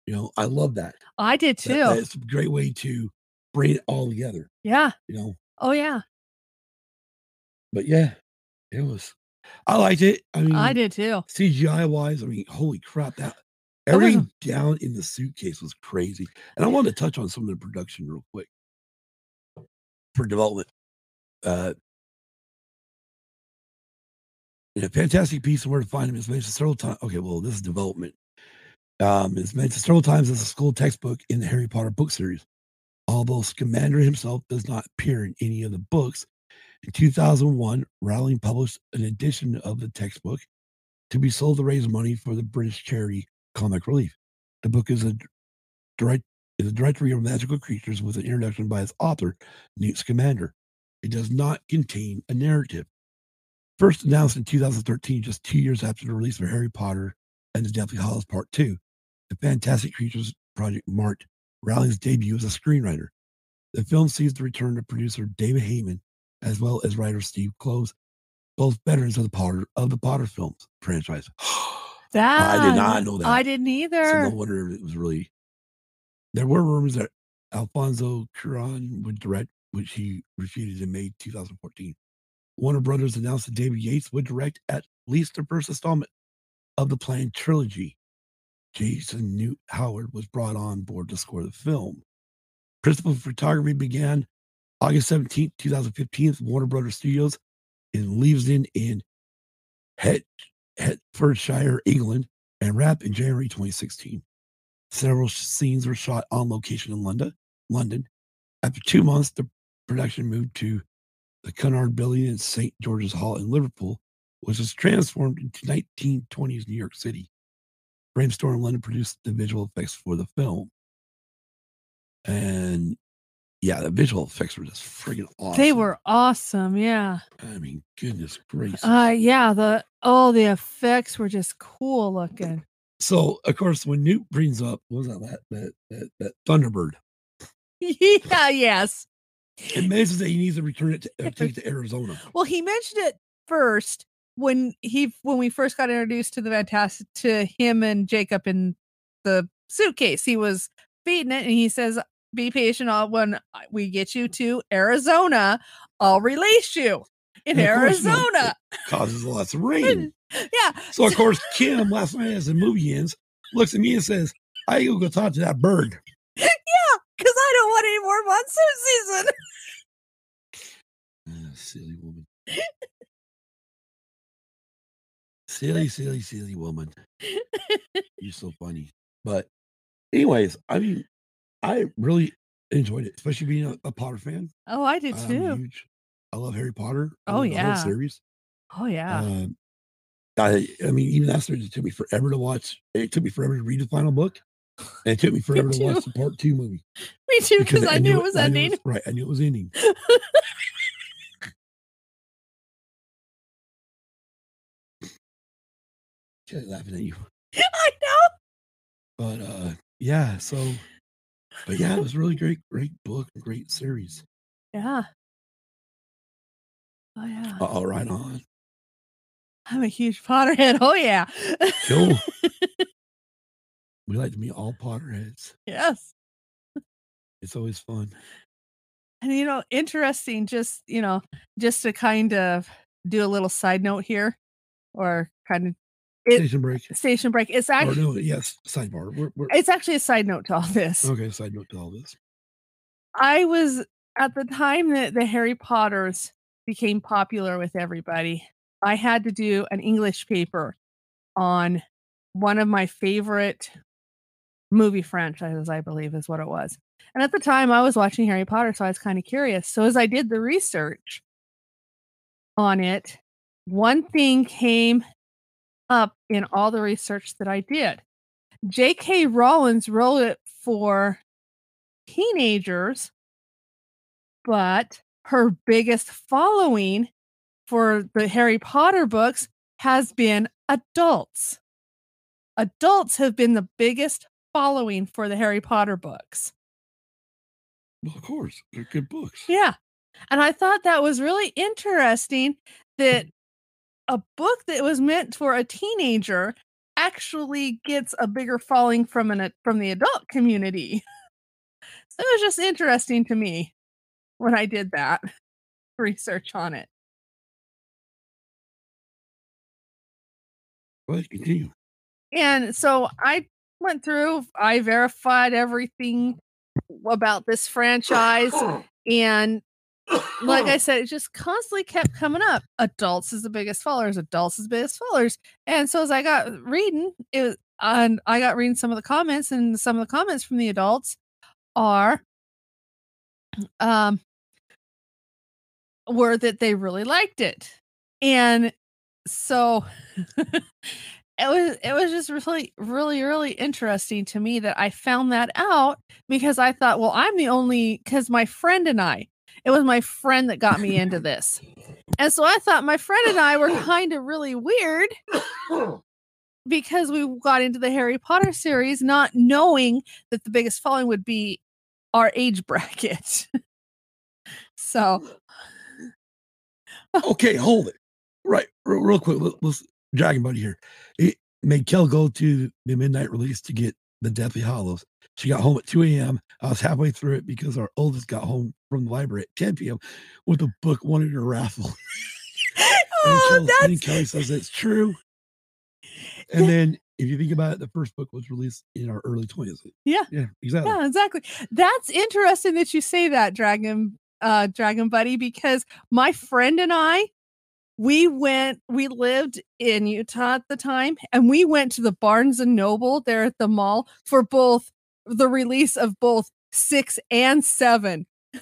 Speaker 1: You know, I love that.
Speaker 2: I did too.
Speaker 1: that it's a great way to bring it all together.
Speaker 2: yeah.
Speaker 1: You know,
Speaker 2: Oh yeah,
Speaker 1: but yeah, it was. I liked it. I mean,
Speaker 2: I did too.
Speaker 1: CGI wise, I mean, holy crap, that
Speaker 2: That was a-
Speaker 1: everything down in the suitcase was crazy. And I wanted to touch on some of the production real quick for development. Uh, in a fantastic piece of where to find him is mentioned several times. Okay, well, this is development. Um, it's mentioned several times as a school textbook in the Harry Potter book series. Although Scamander himself does not appear in any of the books, in 2001, Rowling published an edition of the textbook to be sold to raise money for the British charity Comic Relief. The book is a direct is a directory of magical creatures with an introduction by its author, Newt Scamander. It does not contain a narrative. First announced in 2013, just two years after the release of Harry Potter and the Deathly Hollows Part 2, the Fantastic Creatures project marked Rowling's debut as a screenwriter. The film sees the return of producer David Heyman, as well as writer Steve Close, both veterans of the Potter of the Potter films franchise.
Speaker 2: That
Speaker 1: not know that.
Speaker 2: I didn't
Speaker 1: So
Speaker 2: either.
Speaker 1: no wonder it was really. There were rumors that Alfonso Cuarón would direct, which he refuted in May 2014. Warner Brothers announced that David Yates would direct at least the first installment of the planned trilogy. Jason Newt Howard was brought on board to score the film. Principal photography began August 17, 2015, at Warner Brothers Studios in Leavesden in Het- Hertfordshire, England and wrap in January 2016. Several sh- scenes were shot on location in London. London. After two months, the production moved to the Cunard Building in St. George's Hall in Liverpool, which was transformed into 1920s New York City. Bram Stoker in London produced the visual effects for the film. And yeah, the visual effects were just freaking awesome.
Speaker 2: They were awesome. Yeah.
Speaker 1: I mean, goodness gracious.
Speaker 2: Uh yeah, the oh the effects were just cool looking.
Speaker 1: so, of course, when Newt brings up, what was that, la- that, that, that Thunderbird?
Speaker 2: yeah, yes.
Speaker 1: It amazes that he needs to return it to, uh, take to Arizona.
Speaker 2: Well, he mentioned it first when he when we first got introduced to the fantastic to him and Jacob in the suitcase. He was feeding it and he says, "Be patient. I'll, when I- we get you to Arizona, I'll release you in
Speaker 1: And of course, you know,
Speaker 2: Arizona."
Speaker 1: Causes lots of rain.
Speaker 2: yeah,
Speaker 1: So of course, Kim last night as the movie ends looks at me and says, "I gotta go talk to that bird."
Speaker 2: because I don't want any more monsoon season.
Speaker 1: Ah, silly woman. silly, silly, silly woman. You're so funny. But, anyways, I mean, I really enjoyed it, especially being a, a Potter fan.
Speaker 2: Oh, I did
Speaker 1: I'm
Speaker 2: too.
Speaker 1: huge. I love Harry Potter. I
Speaker 2: Oh,
Speaker 1: love the whole
Speaker 2: yeah.
Speaker 1: series.
Speaker 2: oh yeah.
Speaker 1: Um, I, I mean, even that series, it took me forever to watch. It took me forever to read the final book. And it took me forever to watch the part two movie
Speaker 2: Me too, because I, knew it was
Speaker 1: I
Speaker 2: ending.
Speaker 1: was- right, I knew it was ending. Kelly laughing at you,
Speaker 2: I know.
Speaker 1: but uh, yeah. So, but yeah, it was really great, great book, great series.
Speaker 2: Yeah. Oh yeah.
Speaker 1: Uh, all right, on.
Speaker 2: I'm a huge Potterhead. Oh yeah.
Speaker 1: Cool. we like to meet all Potterheads.
Speaker 2: yes.
Speaker 1: It's always fun.
Speaker 2: And you know, interesting, just you know, just to kind of do a little side note here or kind of It-
Speaker 1: Station break.
Speaker 2: Station break. It's
Speaker 1: Or
Speaker 2: actually
Speaker 1: no, yes, sidebar. We're, we're,
Speaker 2: it's actually a side note to all this.
Speaker 1: okay, side note to all this.
Speaker 2: I was at the time that the Harry Potters became popular with everybody. I had to do an English paper on one of my favorite movie franchises, I believe is what it was. And at the time, I was watching Harry Potter, so I was kind of curious. So as I did the research on it, one thing came up in all the research that I did. J.K. Rollins wrote it for teenagers, but her biggest following for the Harry Potter books has been adults. Adults have been the biggest following for the Harry Potter books.
Speaker 1: Well, of course, they're good books.
Speaker 2: Yeah. And I thought that was really interesting that a book that was meant for a teenager actually gets a bigger following from an a- from the adult community. So it was just interesting to me when I did that research on it.
Speaker 1: Right, continue.
Speaker 2: And so I went through, I verified everything about this franchise and like I said, it just constantly kept coming up. Adults is the biggest followers. Adults is the biggest followers. And so as I got reading, it was, and I got reading some of the comments, and some of the comments from the adults are, um, were that they really liked it, and so it was it was just really really really interesting to me that I found that out because I thought, well, I'm the only because my friend and I it was my friend that got me into this. And so I thought my friend and I were kind of really weird because we got into the Harry Potter series not knowing that the biggest following would be our age bracket. so,
Speaker 1: okay, hold it. Right, real, real quick. Let, let's Dragon Buddy here. It made Kel go to the midnight release to get the Deathly Hollows. She got home at 2 a.m. I was halfway through it because our oldest got home from the library at 10 p.m. with a book wanted to raffle.
Speaker 2: oh,
Speaker 1: and, Kel, and
Speaker 2: that's
Speaker 1: Kelly says that's true. And then if you think about it, the first book was released in our early 20s.
Speaker 2: Yeah.
Speaker 1: Yeah, exactly.
Speaker 2: Yeah, exactly. That's interesting that you say that, Dragon uh Dragon Buddy, because my friend and I we went we lived in Utah at the time and we went to the Barnes and Noble there at the mall for both the release of both 6 and 7.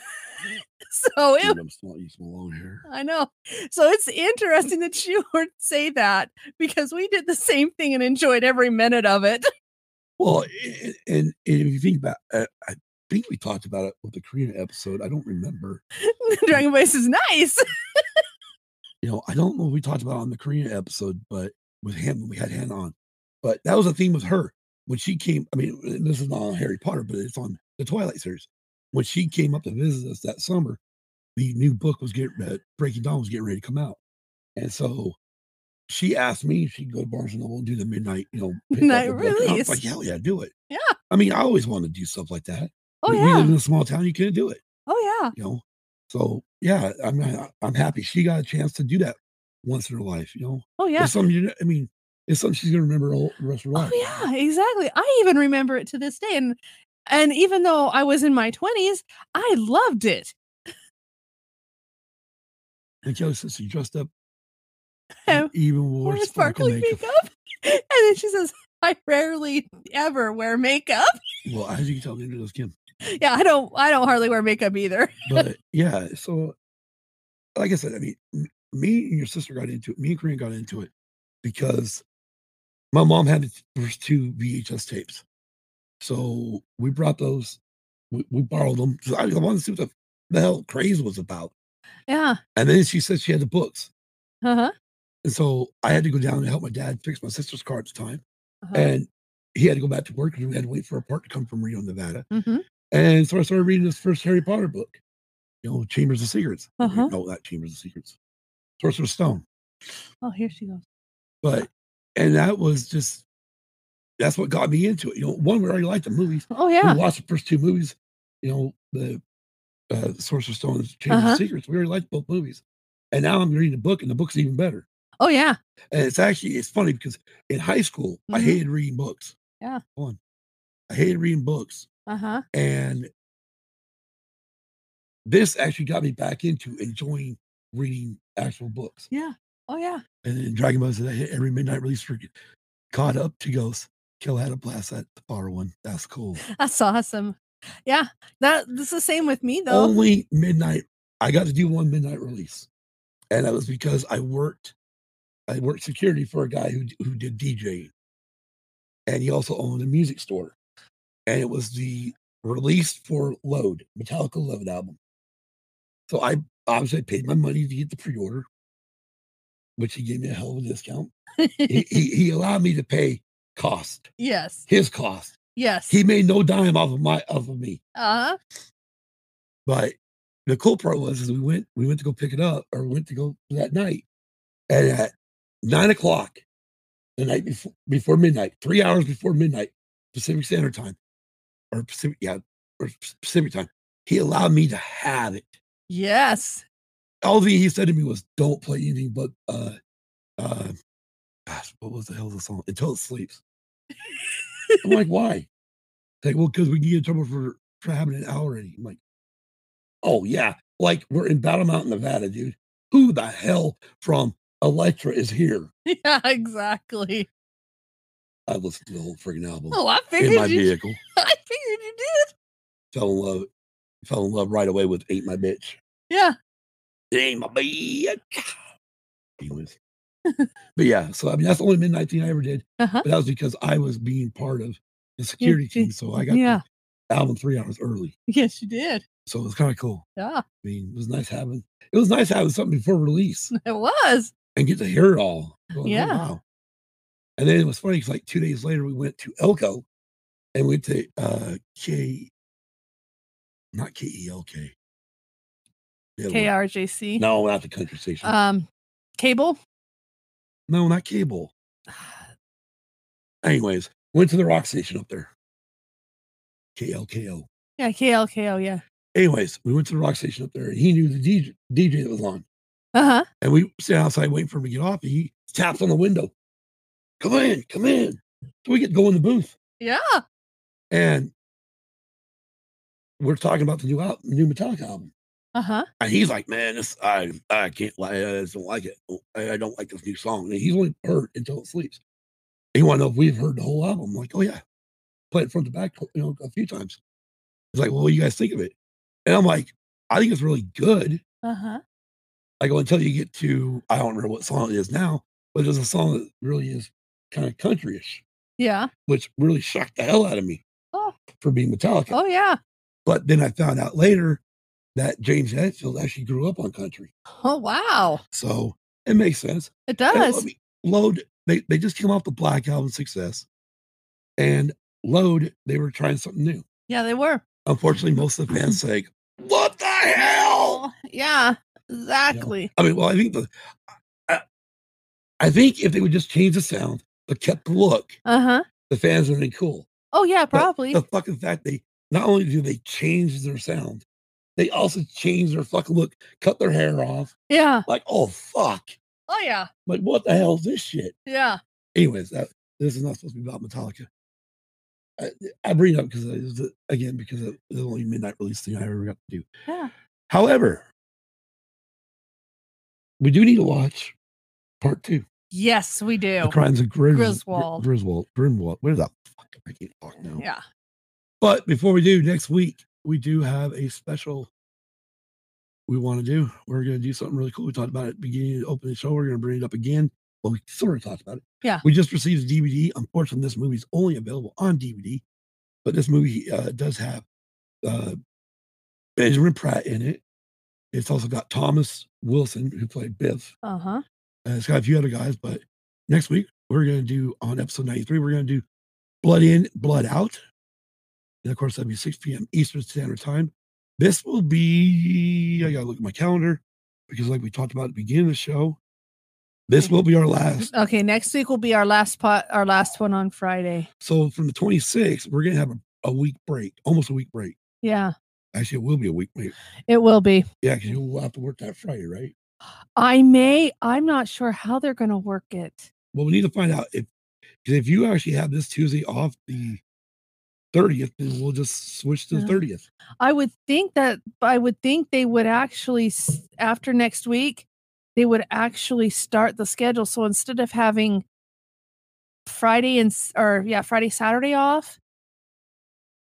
Speaker 2: so it
Speaker 1: Dude, I'm small, you small long hair.
Speaker 2: I know. So it's interesting that you would say that because we did the same thing and enjoyed every minute of it.
Speaker 1: Well, and, and if you think about uh, I think we talked about it with the Karina episode. I don't remember.
Speaker 2: Dragon Base is nice.
Speaker 1: you know, I don't know if we talked about it on the Karina episode, but with him, we had Hannah on. But that was the theme with her when she came. I mean, and this is not on Harry Potter, but it's on the Twilight series. When she came up to visit us that summer, the new book was getting uh, Breaking Dawn was getting ready to come out, and so she asked me if she'd go to Barnes and Noble and do the midnight, you know, pick up
Speaker 2: Midnight
Speaker 1: a book, and I
Speaker 2: release.
Speaker 1: was like, hell yeah, do it.
Speaker 2: Yeah.
Speaker 1: I mean, I always wanted to do stuff like that.
Speaker 2: Oh
Speaker 1: we, we lived
Speaker 2: yeah.
Speaker 1: in a small town; you couldn't do it
Speaker 2: Oh yeah.
Speaker 1: you know. So yeah, I'm not- I'm happy she got a chance to do that once in her life, you know.
Speaker 2: Oh yeah.
Speaker 1: It's something you know, I mean, it's something she's gonna remember all the rest of her
Speaker 2: Oh
Speaker 1: life.
Speaker 2: yeah, exactly. I even remember it to this day and and even though I was in my 20s, I loved it.
Speaker 1: And Kelly says she dressed up
Speaker 2: Oh,
Speaker 1: and even wore
Speaker 2: Wore
Speaker 1: sparkle
Speaker 2: sparkly
Speaker 1: makeup.
Speaker 2: makeup. and then she says, "I rarely ever wear makeup."
Speaker 1: Well, as you can tell, neither does Kim.
Speaker 2: Yeah, I don't I don't hardly wear makeup either.
Speaker 1: But yeah, so like I said, I mean, m- me and your sister got into it. Me and Corinne got into it because my mom had the t- first two VHS tapes, so we brought those. We, we borrowed them. 'cause I wanted to see what the, the hell craze was about.
Speaker 2: Yeah.
Speaker 1: And then she said she had the books.
Speaker 2: Uh-huh.
Speaker 1: And so I had to go down and help my dad fix my sister's car at the time.
Speaker 2: uh-huh.
Speaker 1: And he had to go back to work and we had to wait for a part to come from Reno, Nevada.
Speaker 2: Mhm.
Speaker 1: And so I started reading this first Harry Potter book, you know, Chambers of Secrets. Or wait,
Speaker 2: Uh-huh.
Speaker 1: No, not Chambers of Secrets, Sorcerer's Stone.
Speaker 2: Oh, here she goes.
Speaker 1: But, and that was just, that's what got me into it. You know, one, we already liked the movies.
Speaker 2: Oh yeah.
Speaker 1: We watched the first two movies, you know, the uh, Sorcerer's Stone and Chambers
Speaker 2: Uh-huh.
Speaker 1: of Secrets. We already liked both movies. And now I'm reading the book and the book's even better.
Speaker 2: Oh yeah.
Speaker 1: And it's actually it's funny because in high school I
Speaker 2: Mhm.
Speaker 1: hated reading books.
Speaker 2: Yeah.
Speaker 1: One. I hated reading books.
Speaker 2: Uh huh.
Speaker 1: And this actually got me back into enjoying reading actual books.
Speaker 2: Yeah. Oh yeah.
Speaker 1: And then Dragon Ball Z I hit every midnight release for caught up to Ghost. Kill had a blast at the bar one. That's cool.
Speaker 2: That's awesome. Yeah. That that's the same with me though.
Speaker 1: Only midnight. I got to do one midnight release. And that was because I worked I worked security for a guy who d- who did DJing. And he also owned a music store. And it was the release for Load, Metallica Load album. So I obviously I paid my money to get the pre-order, which he gave me a hell of a discount. Oh, he, he, he allowed me to pay cost,
Speaker 2: yes.
Speaker 1: his cost.
Speaker 2: Yes.
Speaker 1: He made no dime off of my off of me.
Speaker 2: uh huh.
Speaker 1: But the cool part was is we went we went to go pick it up or went to go that night. And at nine o'clock the night before before midnight, three hours before midnight, Pacific Standard Time. Or Pacific yeah, or Pacific time, he allowed me to have it.
Speaker 2: Yes.
Speaker 1: All that he said to me was don't play anything but uh uh gosh, what was the hell of the song? Until it sleeps. I'm like, why? It's Like, well, because we get in trouble for, for having an hour already. I'm like, oh yeah, like we're in Battle Mountain, Nevada, dude. Who the hell from Electra is here?
Speaker 2: yeah. Exactly.
Speaker 1: I listened to the whole friggin' album
Speaker 2: Oh, I
Speaker 1: in my
Speaker 2: figured you.
Speaker 1: vehicle.
Speaker 2: I figured you did.
Speaker 1: Fell in love. Fell in love right away with "Ain't My Bitch."
Speaker 2: Yeah.
Speaker 1: Ain't my bitch. Anyways. but yeah, so I mean that's the only midnight thing I ever did.
Speaker 2: Uh huh.
Speaker 1: But that was because I was being part of the security team, so I got
Speaker 2: Yeah.
Speaker 1: the album three hours early.
Speaker 2: Yes, you did.
Speaker 1: So it was kind of cool.
Speaker 2: Yeah.
Speaker 1: I mean, it was nice having it was nice having something before release
Speaker 2: It was.
Speaker 1: and get to hear it all. Going, "Oh,
Speaker 2: Yeah.
Speaker 1: wow." And then it was funny because like two days later we went to Elko and went to uh K not K E L K. The
Speaker 2: E
Speaker 1: other one.
Speaker 2: KRJC.
Speaker 1: No, not the country station.
Speaker 2: Um, cable.
Speaker 1: no, not cable. Anyways, went to the rock station up there. E KLKO.
Speaker 2: Yeah. KLKO. Yeah.
Speaker 1: Anyways, we went to the rock station up there and he knew the DJ, DJ that was on.
Speaker 2: Uh huh.
Speaker 1: And we sit outside waiting for him to get off. And he taps on the window. Come in, come in. So we get to go in the booth.
Speaker 2: Yeah.
Speaker 1: And we're talking about the new out new Metallica album.
Speaker 2: Uh huh.
Speaker 1: And he's like, man, this I I can't like I just don't like it. I, I don't like this new song. And he's only heard until it sleeps. And he wanna know if we've heard the whole album. I'm like, oh yeah. Play it front to back, you know, a few times. He's like, well, what do you guys think of it? And I'm like, I think it's really good.
Speaker 2: Uh huh.
Speaker 1: I go until you get to I don't remember what song it is now, but there's a song that really is kind of countryish,
Speaker 2: Yeah.
Speaker 1: which really shocked the hell out of me
Speaker 2: Oh.
Speaker 1: for being Metallica.
Speaker 2: Oh yeah.
Speaker 1: But then I found out later that James Hetfield actually grew up on country,
Speaker 2: Oh wow.
Speaker 1: so it makes sense.
Speaker 2: It
Speaker 1: And
Speaker 2: does.
Speaker 1: I mean, Load they they just came off the Black Album success, and Load they were trying something new.
Speaker 2: Yeah, they were.
Speaker 1: Unfortunately, most of the fans say, "What the hell?"
Speaker 2: Oh, yeah. Exactly.
Speaker 1: I mean, well, I think the, I, I think if they would just change the sound but kept the look,
Speaker 2: Uh huh.
Speaker 1: the fans would be cool.
Speaker 2: Oh yeah,
Speaker 1: But
Speaker 2: probably.
Speaker 1: the fucking fact they not only do they change their sound, they also change their fucking look, cut their hair off.
Speaker 2: yeah.
Speaker 1: Like, oh fuck,
Speaker 2: Oh yeah.
Speaker 1: like what the hell is this shit?
Speaker 2: Yeah.
Speaker 1: Anyways, that this is not supposed to be about Metallica. I, I bring it up because it was the- again because of the only midnight release thing I ever got to do.
Speaker 2: Yeah.
Speaker 1: However, we do need to watch part two.
Speaker 2: Yes, we do.
Speaker 1: The Crimes of Gris- Gr-
Speaker 2: Griswold.
Speaker 1: Griswold. Grimwald. Where the fuck? I can't talk now.
Speaker 2: Yeah.
Speaker 1: But before we do, next week, we do have a special we want to do. We're going to do something really cool. We talked about it at the beginning of the opening show. We're going to bring it up again. Well, we sort of talked about it.
Speaker 2: Yeah.
Speaker 1: We just received a DVD. Unfortunately, this movie is only available on DVD, but this movie uh, does have uh, Benjamin Pratt in it. It's also got Thomas Wilson, who played Biff.
Speaker 2: Uh huh.
Speaker 1: Uh, it's got a few other guys, but next week we're going to do on episode 93, we're going to do Blood In, Blood Out. And of course, that'll be 6 p.m. Eastern Standard Time. This will be, I got to look at my calendar because, like we talked about at the beginning of the show, this will be our last.
Speaker 2: Okay. Next week will be our last pot, our last one on Friday.
Speaker 1: So, from the 26th, we're going to have a, a week break, almost a week break.
Speaker 2: Yeah,
Speaker 1: Actually, it will be a week break.
Speaker 2: it will be.
Speaker 1: Yeah, because you'll have to work that Friday, right?
Speaker 2: I may. I'm not sure how they're going to work it.
Speaker 1: Well, we need to find out if 'cause if you actually have this Tuesday off the thirtieth, then we'll just switch to the
Speaker 2: Yeah.
Speaker 1: thirtieth.
Speaker 2: I would think that I would think they would actually s- after next week they would actually start the schedule. So instead of having Friday and s- or yeah Friday Saturday off,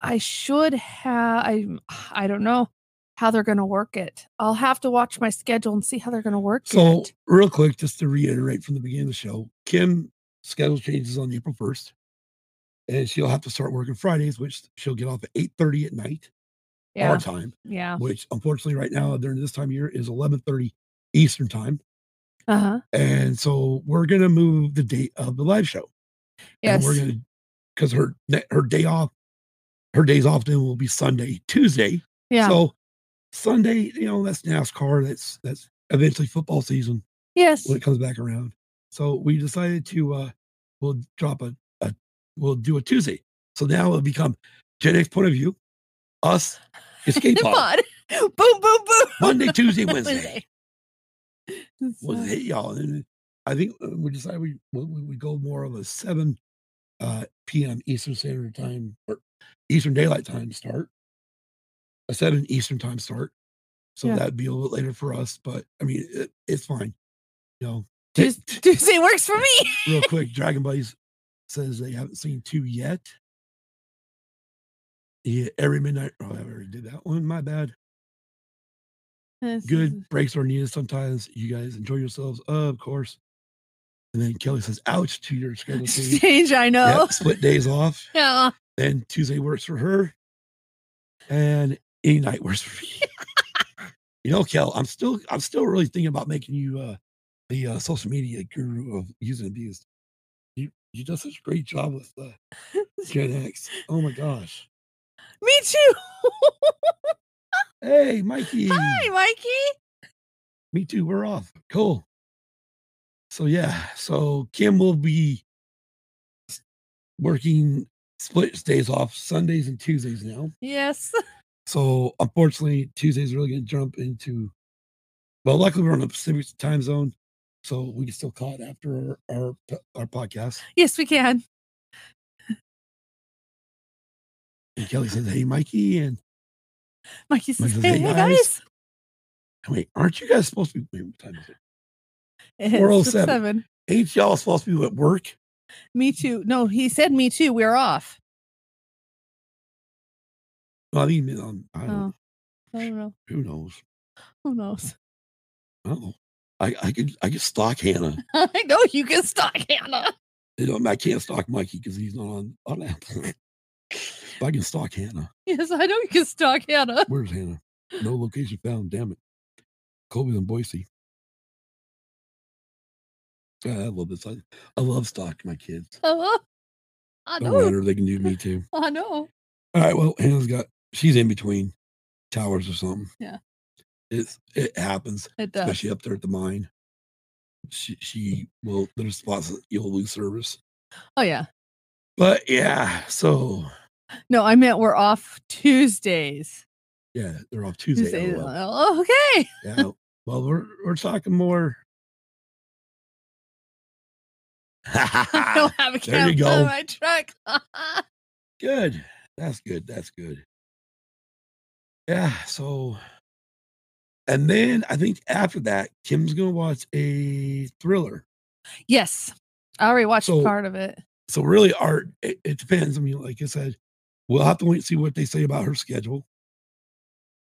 Speaker 2: I should have I I don't know how they're going to work it. I'll have to watch my schedule and see how they're going to work
Speaker 1: So,
Speaker 2: it.
Speaker 1: real quick, just to reiterate from the beginning of the show, Kim schedule changes on April first, and she'll have to start working Fridays, which she'll get off at eight thirty at night
Speaker 2: Yeah, Uh-huh.
Speaker 1: our time,
Speaker 2: yeah.
Speaker 1: which unfortunately right now during this time of year is eleven thirty Eastern time,
Speaker 2: Uh huh.
Speaker 1: and so we're gonna move the date of the live show. And
Speaker 2: Yes.
Speaker 1: we're gonna because her ne- her day off, her days off then will be Sunday, Tuesday.
Speaker 2: yeah.
Speaker 1: So Sunday, you know, that's NASCAR. That's that's eventually football season
Speaker 2: yes.
Speaker 1: when it comes back around. So we decided to uh we'll drop a, a we'll do a Tuesday. So now it'll become Gen X point of view, us, escape pod.
Speaker 2: Pod. boom boom boom.
Speaker 1: Monday, Tuesday, Wednesday. We'll
Speaker 2: So-
Speaker 1: hit y'all. And then I think uh, we decided we we, we we go more of a seven uh PM Eastern Standard Time or Eastern Daylight Time start. A seven Eastern time start. So
Speaker 2: Yeah.
Speaker 1: that'd be a little bit later for us, but I mean it, it's fine. You know, t-
Speaker 2: Tues- Tuesday works for me.
Speaker 1: real quick, Dragon Buddies says they haven't seen two yet. Yeah, every midnight. Oh, I already did that one. My bad.
Speaker 2: This is-
Speaker 1: Good breaks are needed sometimes. You guys enjoy yourselves, of course. And then Kelly says, "Ouch!" to your schedule. too.
Speaker 2: Change, I
Speaker 1: Yep,
Speaker 2: know.
Speaker 1: split days off.
Speaker 2: Yeah.
Speaker 1: Then Tuesday works for her, and any night works for me. you know, Kel, I'm still, I'm still really thinking about making you uh, the uh, social media guru of using abuse. You, you did such a great job with uh, Gen X. Oh my gosh!
Speaker 2: Me too.
Speaker 1: Hey, Mikey.
Speaker 2: Hi, Mikey.
Speaker 1: Me too. We're off. Cool. So yeah, so Kim will be s- working split days off Sundays and Tuesdays now.
Speaker 2: Yes.
Speaker 1: So unfortunately, Tuesday's really going to jump into. Well, luckily we're on the Pacific time zone, so we can still call it after our our, p- our podcast.
Speaker 2: Yes, we can.
Speaker 1: And Kelly says, "Hey, Mikey," and
Speaker 2: Mikey says,
Speaker 1: Mikey says, "Hey,
Speaker 2: hey, hey,
Speaker 1: guys."
Speaker 2: guys.
Speaker 1: I'm like, "Aren't you guys supposed to be? Wait, what time is it?
Speaker 2: It's the
Speaker 1: 407.
Speaker 2: seven.
Speaker 1: Ain't y'all supposed to be at work?"
Speaker 2: Me too. No, he said me too. We're off.
Speaker 1: Well, I mean, um, I don't,
Speaker 2: Oh, I don't know.
Speaker 1: who knows?
Speaker 2: Who knows?
Speaker 1: I don't know. I, I could I could stalk Hannah.
Speaker 2: I know you can stalk Hannah.
Speaker 1: You know, um, I can't stalk Mikey because he's not on on Apple. But I can stalk Hannah.
Speaker 2: Yes, I know you can stalk Hannah.
Speaker 1: Where's Hannah? No location found. Damn it. Kobe's in Boise. Ah, I love this. I, I love stalking my kids.
Speaker 2: Uh-huh. I
Speaker 1: No
Speaker 2: know.
Speaker 1: matter, they can do me too.
Speaker 2: I know.
Speaker 1: All right. Well, Hannah's got. She's in between towers or something.
Speaker 2: Yeah.
Speaker 1: It's it happens,
Speaker 2: It does.
Speaker 1: especially up there at the mine. She she will. There's spots that you'll lose service.
Speaker 2: Oh, yeah.
Speaker 1: But yeah, so
Speaker 2: No, I meant we're off Tuesdays.
Speaker 1: yeah, they're off Tuesday.
Speaker 2: Tuesdays.
Speaker 1: LOL.
Speaker 2: Oh, okay.
Speaker 1: Yeah. Well, we're we're talking more.
Speaker 2: I don't have a
Speaker 1: Ah, There
Speaker 2: camera
Speaker 1: you
Speaker 2: on
Speaker 1: go.
Speaker 2: my truck.
Speaker 1: good. That's good. That's good. Yeah. So, and then I think after that, Kim's gonna watch a thriller.
Speaker 2: yes. I already watched
Speaker 1: So-
Speaker 2: part of it.
Speaker 1: So really, our it, it depends. I mean, like I said, we'll have to wait and see what they say about her schedule,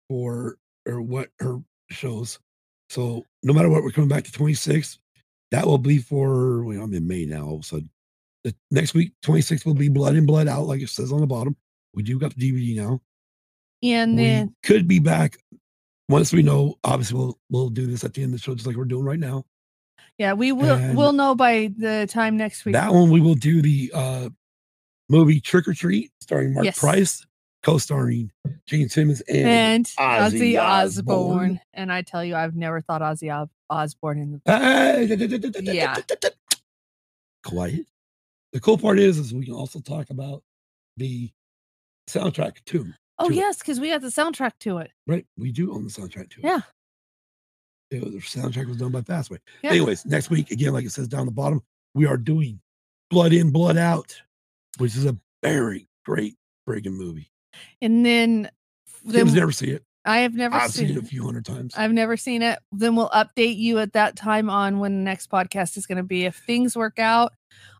Speaker 1: or or what her shows. So no matter what, we're coming back to twenty sixth. That will be for. Well, I'm in May now. All of a sudden, the next week, twenty sixth will be Blood and Blood Out, like it says on the bottom. We do got the DVD now.
Speaker 2: And then
Speaker 1: we could be back once we know. Obviously, we'll we'll do this at the end of the show, just like we're doing right now.
Speaker 2: yeah, we will
Speaker 1: and-
Speaker 2: we'll know by the time next week.
Speaker 1: That one we will do the uh movie Trick or Treat starring Mark
Speaker 2: Yes.
Speaker 1: Price, co-starring Gene Simmons and,
Speaker 2: and
Speaker 1: Ozzy
Speaker 2: Ozzy,
Speaker 1: Osbourne.
Speaker 2: Osbourne. And I tell you, I've never thought Ozzy Os- Osbourne in the Yeah.
Speaker 1: Quiet. The cool part is is we can also talk about the soundtrack too.
Speaker 2: Oh
Speaker 1: Sure.
Speaker 2: yes, because we got the soundtrack to it.
Speaker 1: Right? We do own the soundtrack too.
Speaker 2: Yeah.
Speaker 1: It was- the soundtrack was done by Fastway.
Speaker 2: Yeah.
Speaker 1: Anyways, next week, again, like it says down the bottom, we are doing Blood In, Blood Out, which is a very great friggin' movie.
Speaker 2: And then,
Speaker 1: Tim's
Speaker 2: then
Speaker 1: never see it.
Speaker 2: I have never
Speaker 1: I've
Speaker 2: seen,
Speaker 1: seen it a few hundred times.
Speaker 2: I've never seen it. Then we'll update you at that time on when the next podcast is going to be. If things work out,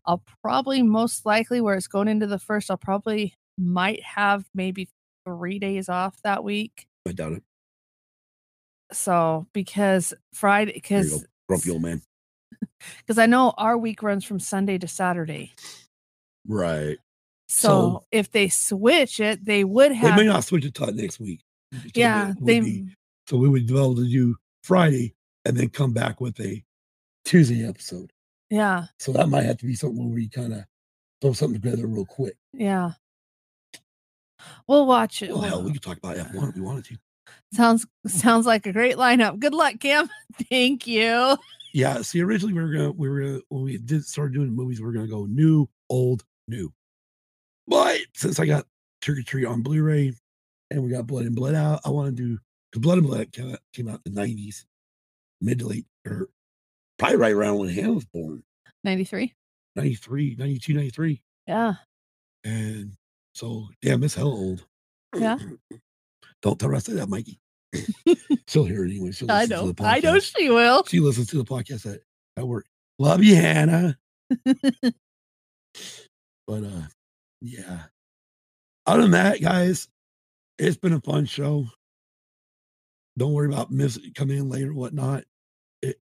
Speaker 2: I'll probably most likely where it's going into the first, I'll probably might have maybe three days off that week.
Speaker 1: I doubt it.
Speaker 2: So because Friday,
Speaker 1: There you
Speaker 2: because
Speaker 1: go. Grumpy old man.
Speaker 2: because I know our week runs from Sunday to Saturday.
Speaker 1: Right.
Speaker 2: So,
Speaker 1: So-
Speaker 2: if they switch it, they would
Speaker 1: They
Speaker 2: have.
Speaker 1: may not switch it to next week. So it
Speaker 2: yeah,
Speaker 1: would
Speaker 2: they.
Speaker 1: be- so we would be able to do Friday and then come back with a Tuesday episode.
Speaker 2: Yeah,
Speaker 1: So that might have to be something where we kind of throw something together real quick.
Speaker 2: yeah. We'll watch it.
Speaker 1: Well, Oh, hell,
Speaker 2: We'll-
Speaker 1: we could talk about F1 if we wanted to.
Speaker 2: Sounds sounds like a great lineup. Good luck, Cam. Thank you.
Speaker 1: Yeah. See, originally we were gonna we were gonna when we did start doing movies, we were gonna go new, old, new. But since I got Trick or Treat on Blu-ray and we got Blood and Blood Out, I want to do because Blood and Blood Out came out, came out in the nineties, mid to late or probably right around when Hannah was born,
Speaker 2: 93.
Speaker 1: 93, 92, 93.
Speaker 2: Yeah.
Speaker 1: And so damn, it's hell old.
Speaker 2: Yeah.
Speaker 1: Don't tell her I said that, Mikey. She'll hear it anyway. She'll
Speaker 2: I
Speaker 1: listen to
Speaker 2: know.
Speaker 1: the
Speaker 2: I know
Speaker 1: podcast.
Speaker 2: she will.
Speaker 1: She listens to the podcast at, at work. Love you, Hannah. but uh yeah. Other than that, guys, it's been a fun show. Don't worry about miss coming in later, whatnot. It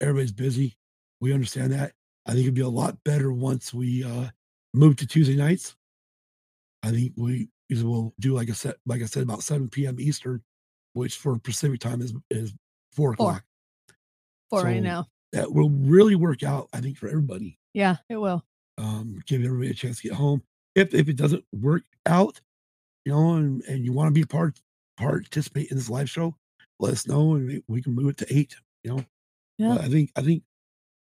Speaker 1: everybody's busy. We understand that. I think it'd be a lot better once we uh move to Tuesday nights. I think we is we'll do like I said, like I said, about 7 p.m. Eastern, which for Pacific time is is four
Speaker 2: Four.
Speaker 1: o'clock.
Speaker 2: For right
Speaker 1: So-
Speaker 2: now.
Speaker 1: That will really work out, I think, for everybody
Speaker 2: Yeah, it will.
Speaker 1: um, give everybody a chance to get home. If if it doesn't work out, you know, and, and you want to be part participate in this live show, let us know and we, we can move it to eight. You know,
Speaker 2: Yeah.
Speaker 1: But I think I think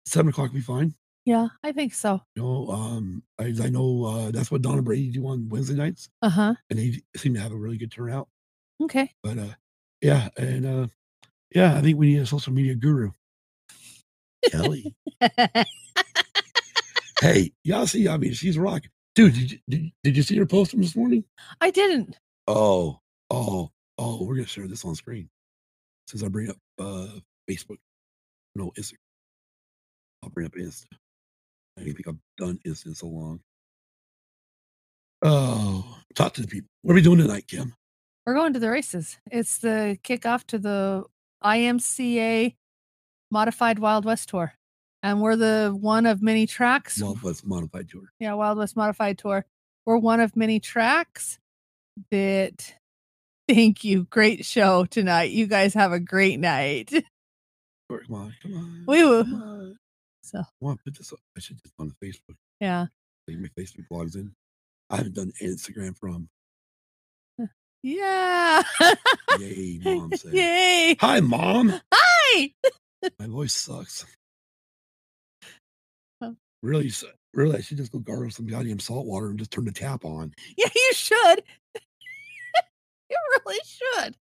Speaker 1: seven o'clock will be fine.
Speaker 2: Yeah, I think so.
Speaker 1: You know, um, I, I know uh, that's what Don and Brady do on Wednesday nights,
Speaker 2: Uh huh.
Speaker 1: and they seem to have a really good turnout.
Speaker 2: Okay.
Speaker 1: But uh, yeah, and uh, yeah, I think we need a social media guru. Kelly, hey, y'all see? I mean, she's rocking, dude. Did you, did, did you see her post from this morning?
Speaker 2: I didn't.
Speaker 1: Oh, oh, oh, we're gonna share this on screen. Since I bring up uh Facebook. No, Instagram. I'll bring up Insta. I don't think I've done Insta in so long. Oh, talk to the people. What are we doing tonight, Kim?
Speaker 2: We're going to the races. It's the kickoff to the IMCA Modified Wild West Tour. And we're the one of many tracks.
Speaker 1: Love was modified tour.
Speaker 2: yeah, Wild West Modified Tour. We're one of many tracks that. Thank you. Great show tonight. You guys have a great night.
Speaker 1: Come on, come on.
Speaker 2: We will.
Speaker 1: Come on.
Speaker 2: So,
Speaker 1: I want to put this up. I should just on Facebook.
Speaker 2: yeah.
Speaker 1: Leave my Facebook blogs in. I haven't done Instagram from.
Speaker 2: Yeah.
Speaker 1: Yay, mom said.
Speaker 2: Yay.
Speaker 1: Hi, mom.
Speaker 2: Hi.
Speaker 1: My voice sucks.
Speaker 2: Oh.
Speaker 1: Really, su- really, I should just go gargle some goddamn salt water and just turn the tap on.
Speaker 2: Yeah, you should. you really should.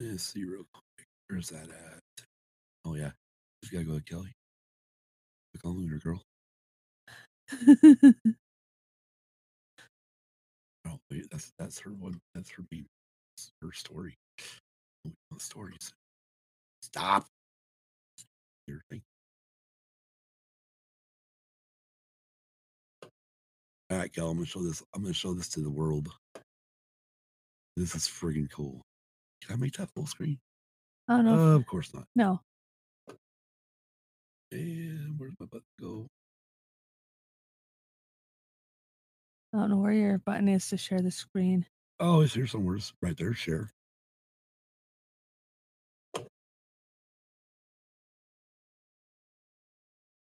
Speaker 1: Let's see real quick. Where's that at? Oh yeah, just gotta go to Kelly. Click on Lunar Girl. Oh wait, that's that's her one. That's her meme. That's her story. Oh, the Stories. Stop. Your thing. All right, Cal. I'm gonna show this. I'm gonna show this to the world. This is friggin' cool. Can I make that full screen?
Speaker 2: oh, no.
Speaker 1: of course not.
Speaker 2: no.
Speaker 1: And where's my button go?
Speaker 2: I don't know where your button is to share the screen.
Speaker 1: Oh, it's here somewhere. It's right there. Share.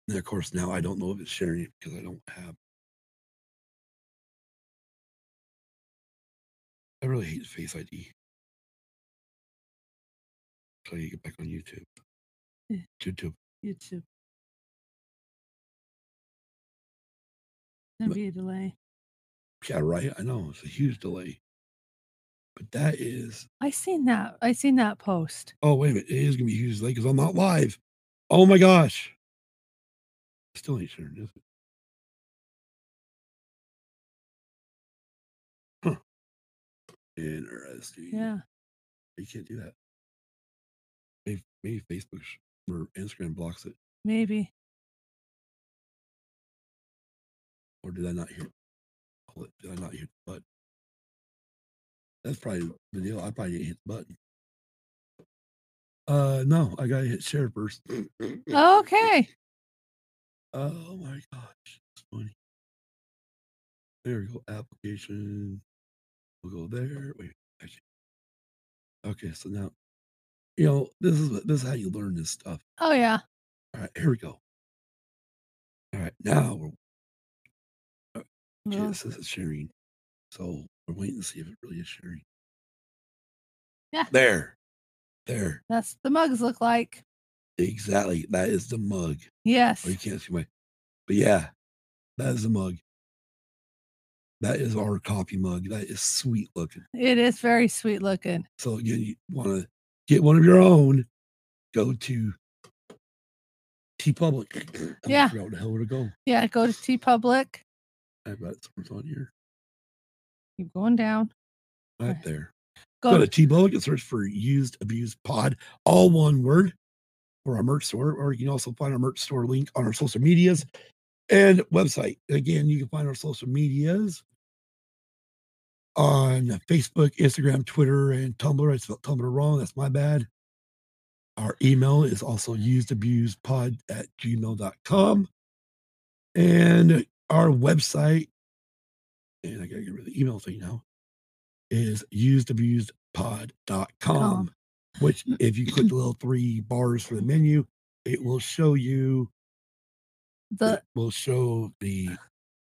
Speaker 1: And of course, now I don't know if it's sharing it because I don't have. I really hate Face ID. So you get back on YouTube.
Speaker 2: Yeah.
Speaker 1: YouTube.
Speaker 2: YouTube. There'd
Speaker 1: But-
Speaker 2: be a delay.
Speaker 1: Yeah, right. I know it's a huge delay. But that is
Speaker 2: I seen that. I seen that post.
Speaker 1: oh wait a minute, it is gonna be Hughes Lake because I'm not live. Oh my gosh. Still ain't certain, is it? Huh. Interesting.
Speaker 2: Yeah.
Speaker 1: You can't do that. Maybe, maybe Facebook sh- or Instagram blocks it.
Speaker 2: Maybe.
Speaker 1: Or did I not hear? hold it, Did I not hit the button? That's probably the deal. I probably didn't hit the button. Uh, no, I gotta hit share first.
Speaker 2: Okay.
Speaker 1: Oh my gosh, that's funny. There we go. Application. We'll go there. Wait. actually- Okay, so now, you know, this is what- this is how you learn this stuff.
Speaker 2: Oh yeah.
Speaker 1: All right, here we go. All right, now we're okay,
Speaker 2: Well,
Speaker 1: this is sharing. So we're waiting to see if it really is sharing.
Speaker 2: Yeah.
Speaker 1: There. There.
Speaker 2: that's the mugs look
Speaker 1: Oh,
Speaker 2: like.
Speaker 1: Exactly. That is the mug.
Speaker 2: Yes.
Speaker 1: Oh, you can't see my. But yeah, that is the mug. That is our coffee mug. That is sweet looking.
Speaker 2: It is very sweet looking.
Speaker 1: So again, you want to get one of your own. Go to T Public.
Speaker 2: Yeah.
Speaker 1: I forgot where the hell would it go?
Speaker 2: Yeah, go to T Public.
Speaker 1: I've got something on here.
Speaker 2: Keep going down.
Speaker 1: Right
Speaker 2: Right.
Speaker 1: there. Go
Speaker 2: Go
Speaker 1: to T Public and search for used abused pod, all one word, or our merch store. Or you can also find our merch store link on our social medias and website. Again, you can find our social medias on Facebook, Instagram, Twitter, and Tumblr. I spelled Tumblr wrong. That's my bad. Our email is also usedabusedpod at gmail.com. And our website, and I gotta get rid of the email thing now, is usedabusedpod.com,
Speaker 2: Com.
Speaker 1: which if you click the little three bars for the menu, it will show you,
Speaker 2: the
Speaker 1: it will show the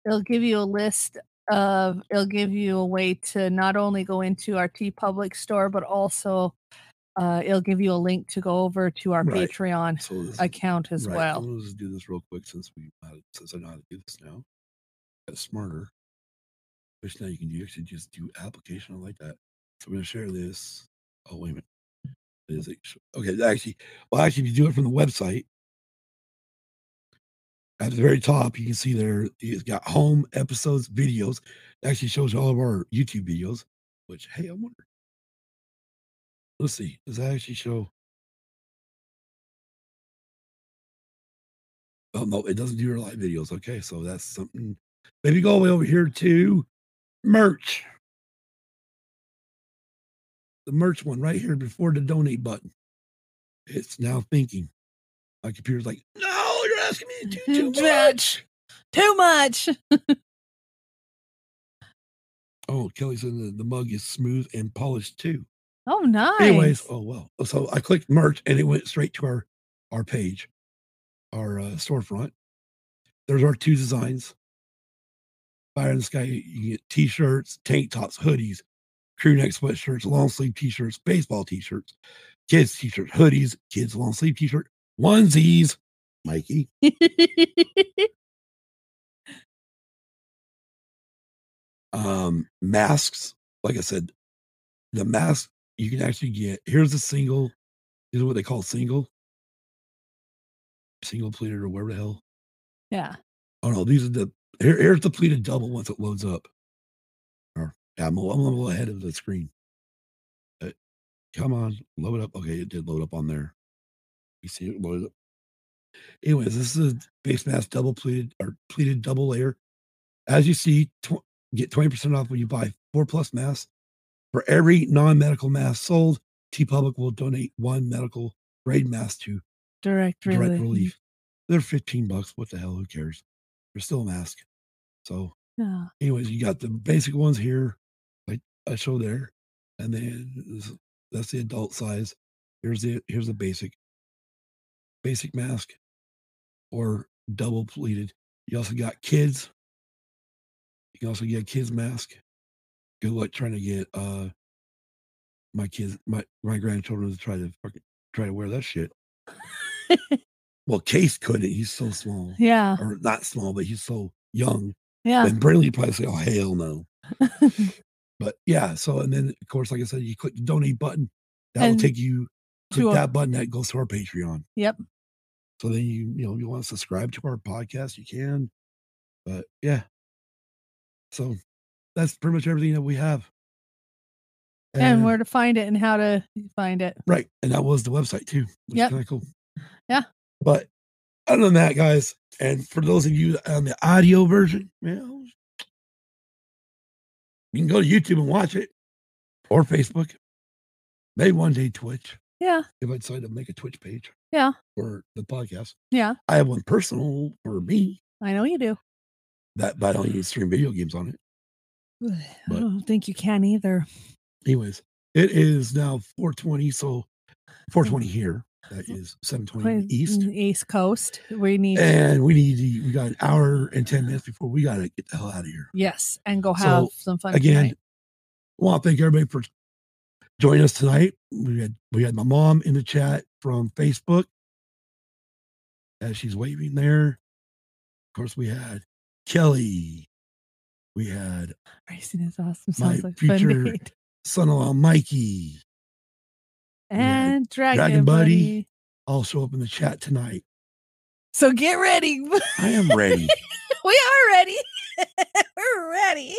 Speaker 2: it'll give you a list of it'll give you a way to not only go into our T Public store, but also uh, it'll give you a link to go over to our
Speaker 1: Right.
Speaker 2: Patreon
Speaker 1: so this-
Speaker 2: account as
Speaker 1: Right,
Speaker 2: well.
Speaker 1: I'm gonna just do this real quick since we know how to- since I know how to do this now. Got smarter. Which now you can do actually just do application. I like that. So I'm gonna share this. Oh wait a minute. It is actu- okay, actually, well, actually, if you do it from the website, at the very top, you can see there it's got home episodes, videos. It actually shows you all of our YouTube videos. Which hey, I wonder. Let's see. Does that actually show? Oh no, it doesn't do your live videos. Okay, so that's something. Maybe go all the way over here to merch. The merch one right here before the donate button. It's now thinking. My computer's like, no, you're asking me to do too much.
Speaker 2: Too much.
Speaker 1: Oh, Kelly said the, the mug is smooth and polished too.
Speaker 2: Oh, nice.
Speaker 1: Anyways, oh well. So I clicked merch and it went straight to our our page, our uh, storefront. There's our two designs. Fire in the sky. You can get t-shirts, tank tops, hoodies, crew neck sweatshirts, long sleeve t-shirts, baseball t-shirts, kids t-shirts, hoodies, kids long sleeve t-shirt, onesies. Mikey, um masks like i said the mask you can actually get here's a single this is what they call single single pleated or whatever the hell
Speaker 2: yeah.
Speaker 1: oh no these are the here, here's the pleated double once it loads up or yeah, I'm, a- I'm a little ahead of the screen Uh, come on load up okay it did load up on there you see it loaded up anyways this is a base mask double pleated or pleated double layer as you see tw- get 20% off when you buy four plus masks. For every non medical mask sold, T Public will donate one medical grade mask to
Speaker 2: Direct relief.
Speaker 1: Direct Relief. They're 15 bucks. What the hell? Who cares? They're still a mask. So,
Speaker 2: Yeah.
Speaker 1: anyways, you got the basic ones here, like I show there. And then this- that's the adult size. Here's the here's the basic basic mask or double pleated. You also got kids. You can also get a kids mask. Good luck trying to get uh my kids my my grandchildren to try to fucking try to wear that shit. well, Case couldn't. He's so small,
Speaker 2: Yeah.
Speaker 1: or not small, but he's so young.
Speaker 2: Yeah.
Speaker 1: And Brindley probably say, "Oh hell no." But yeah, so and then of course, like I said, you click the donate button. That will
Speaker 2: And
Speaker 1: take you click
Speaker 2: to a-
Speaker 1: that button that goes to our Patreon.
Speaker 2: Yep.
Speaker 1: So then you you know you want to subscribe to our podcast, you can. But yeah. So that's pretty much everything that we have.
Speaker 2: and where to find it and how to find it.
Speaker 1: Right. And that was the website too. Which
Speaker 2: Yep.
Speaker 1: kind of cool.
Speaker 2: Yeah.
Speaker 1: But other than that, guys, and for those of you on the audio version, well, you can go to YouTube and watch it or Facebook. Maybe one day Twitch.
Speaker 2: Yeah.
Speaker 1: If I decide to make a Twitch page.
Speaker 2: Yeah.
Speaker 1: For the podcast.
Speaker 2: Yeah.
Speaker 1: I have one personal for me
Speaker 2: I know you do.
Speaker 1: that but I don't even stream video games on it.
Speaker 2: I don't think you can either.
Speaker 1: Anyways, it is now 420. So 420 here. That is 720
Speaker 2: Quite-
Speaker 1: East.
Speaker 2: mm, East Coast. We need
Speaker 1: and we need to, we got an hour and 10 minutes before we got to get the hell out of here
Speaker 2: yes, and go
Speaker 1: So,
Speaker 2: have some fun
Speaker 1: again
Speaker 2: tonight.
Speaker 1: i want to thank everybody for joining us tonight we had we had my mom in the chat from facebook as she's waving there of course we had kelly we had
Speaker 2: Racing is awesome.
Speaker 1: my
Speaker 2: Sounds like fun
Speaker 1: future
Speaker 2: date.
Speaker 1: son-in-law mikey
Speaker 2: And Dragon,
Speaker 1: Dragon Buddy.
Speaker 2: Buddy.
Speaker 1: also up in the chat tonight
Speaker 2: So get ready. we
Speaker 1: i am ready
Speaker 2: are ready. We're ready.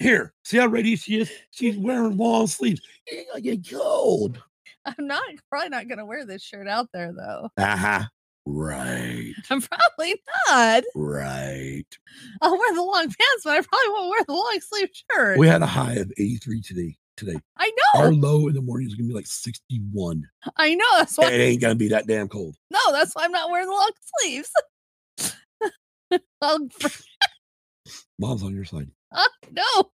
Speaker 1: here see how ready she is she's wearing long sleeves You're gonna get cold
Speaker 2: I'm not probably not gonna wear this shirt out there though.
Speaker 1: uh-huh right
Speaker 2: I'm probably not.
Speaker 1: Right.
Speaker 2: I'll wear the long pants, but I probably won't wear the long sleeve shirt.
Speaker 1: We had a high of 83 today. Today,
Speaker 2: I
Speaker 1: our
Speaker 2: know.
Speaker 1: low in the morning is gonna be like 61.
Speaker 2: I know. That's
Speaker 1: It
Speaker 2: why
Speaker 1: ain't gonna be that damn cold.
Speaker 2: No, that's why I'm not wearing the long sleeves. I'll,
Speaker 1: Mom's on your side.
Speaker 2: uh, no,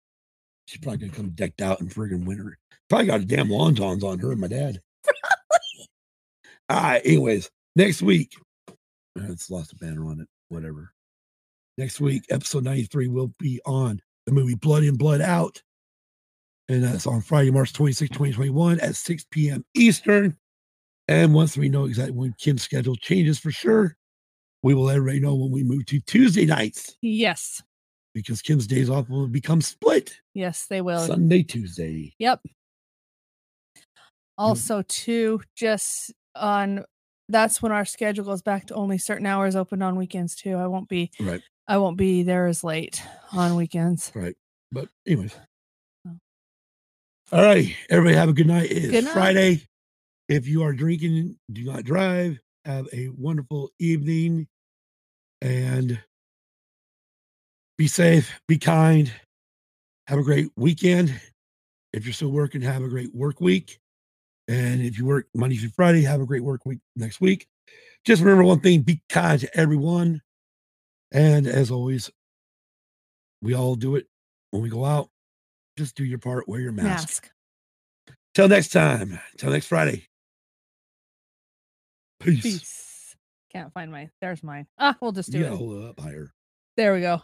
Speaker 1: She's probably gonna come decked out in friggin' winter. Probably got damn wontons on her and my dad. All right. Anyways, next week. Uh, It's lost a banner on it. Whatever. Next week, episode 93 will be on the movie Blood In, Blood Out. And that's on Friday, March 26, 2021 at 6 p.m. Eastern. And once we know exactly when Kim's schedule changes for sure, we will let everybody know when we move to Tuesday nights
Speaker 2: yes,
Speaker 1: because Kim's days off will become split
Speaker 2: yes, they will.
Speaker 1: Sunday, Tuesday.
Speaker 2: Yep. Also, too, just on that's when our schedule goes back to only certain hours open on weekends too. I won't be
Speaker 1: Right.
Speaker 2: I won't be there as late on weekends.
Speaker 1: But anyways.
Speaker 2: Oh.
Speaker 1: All right. Everybody have a good night. It's
Speaker 2: Good night.
Speaker 1: Friday. If you are drinking, do not drive. Have a wonderful evening. And be safe. Be kind. Have a great weekend. If you're still working, have a great work week. And if you work Monday through Friday, have a great work week next week. Just remember one thing be kind to everyone. And as always, we all do it when we go out. Just do your part, wear your mask.
Speaker 2: Mask.
Speaker 1: Till next time. Till next Friday. Peace.
Speaker 2: Peace. Can't find my. There's mine. Ah, we'll just do
Speaker 1: You gotta
Speaker 2: it.
Speaker 1: hold it up higher.
Speaker 2: There we go.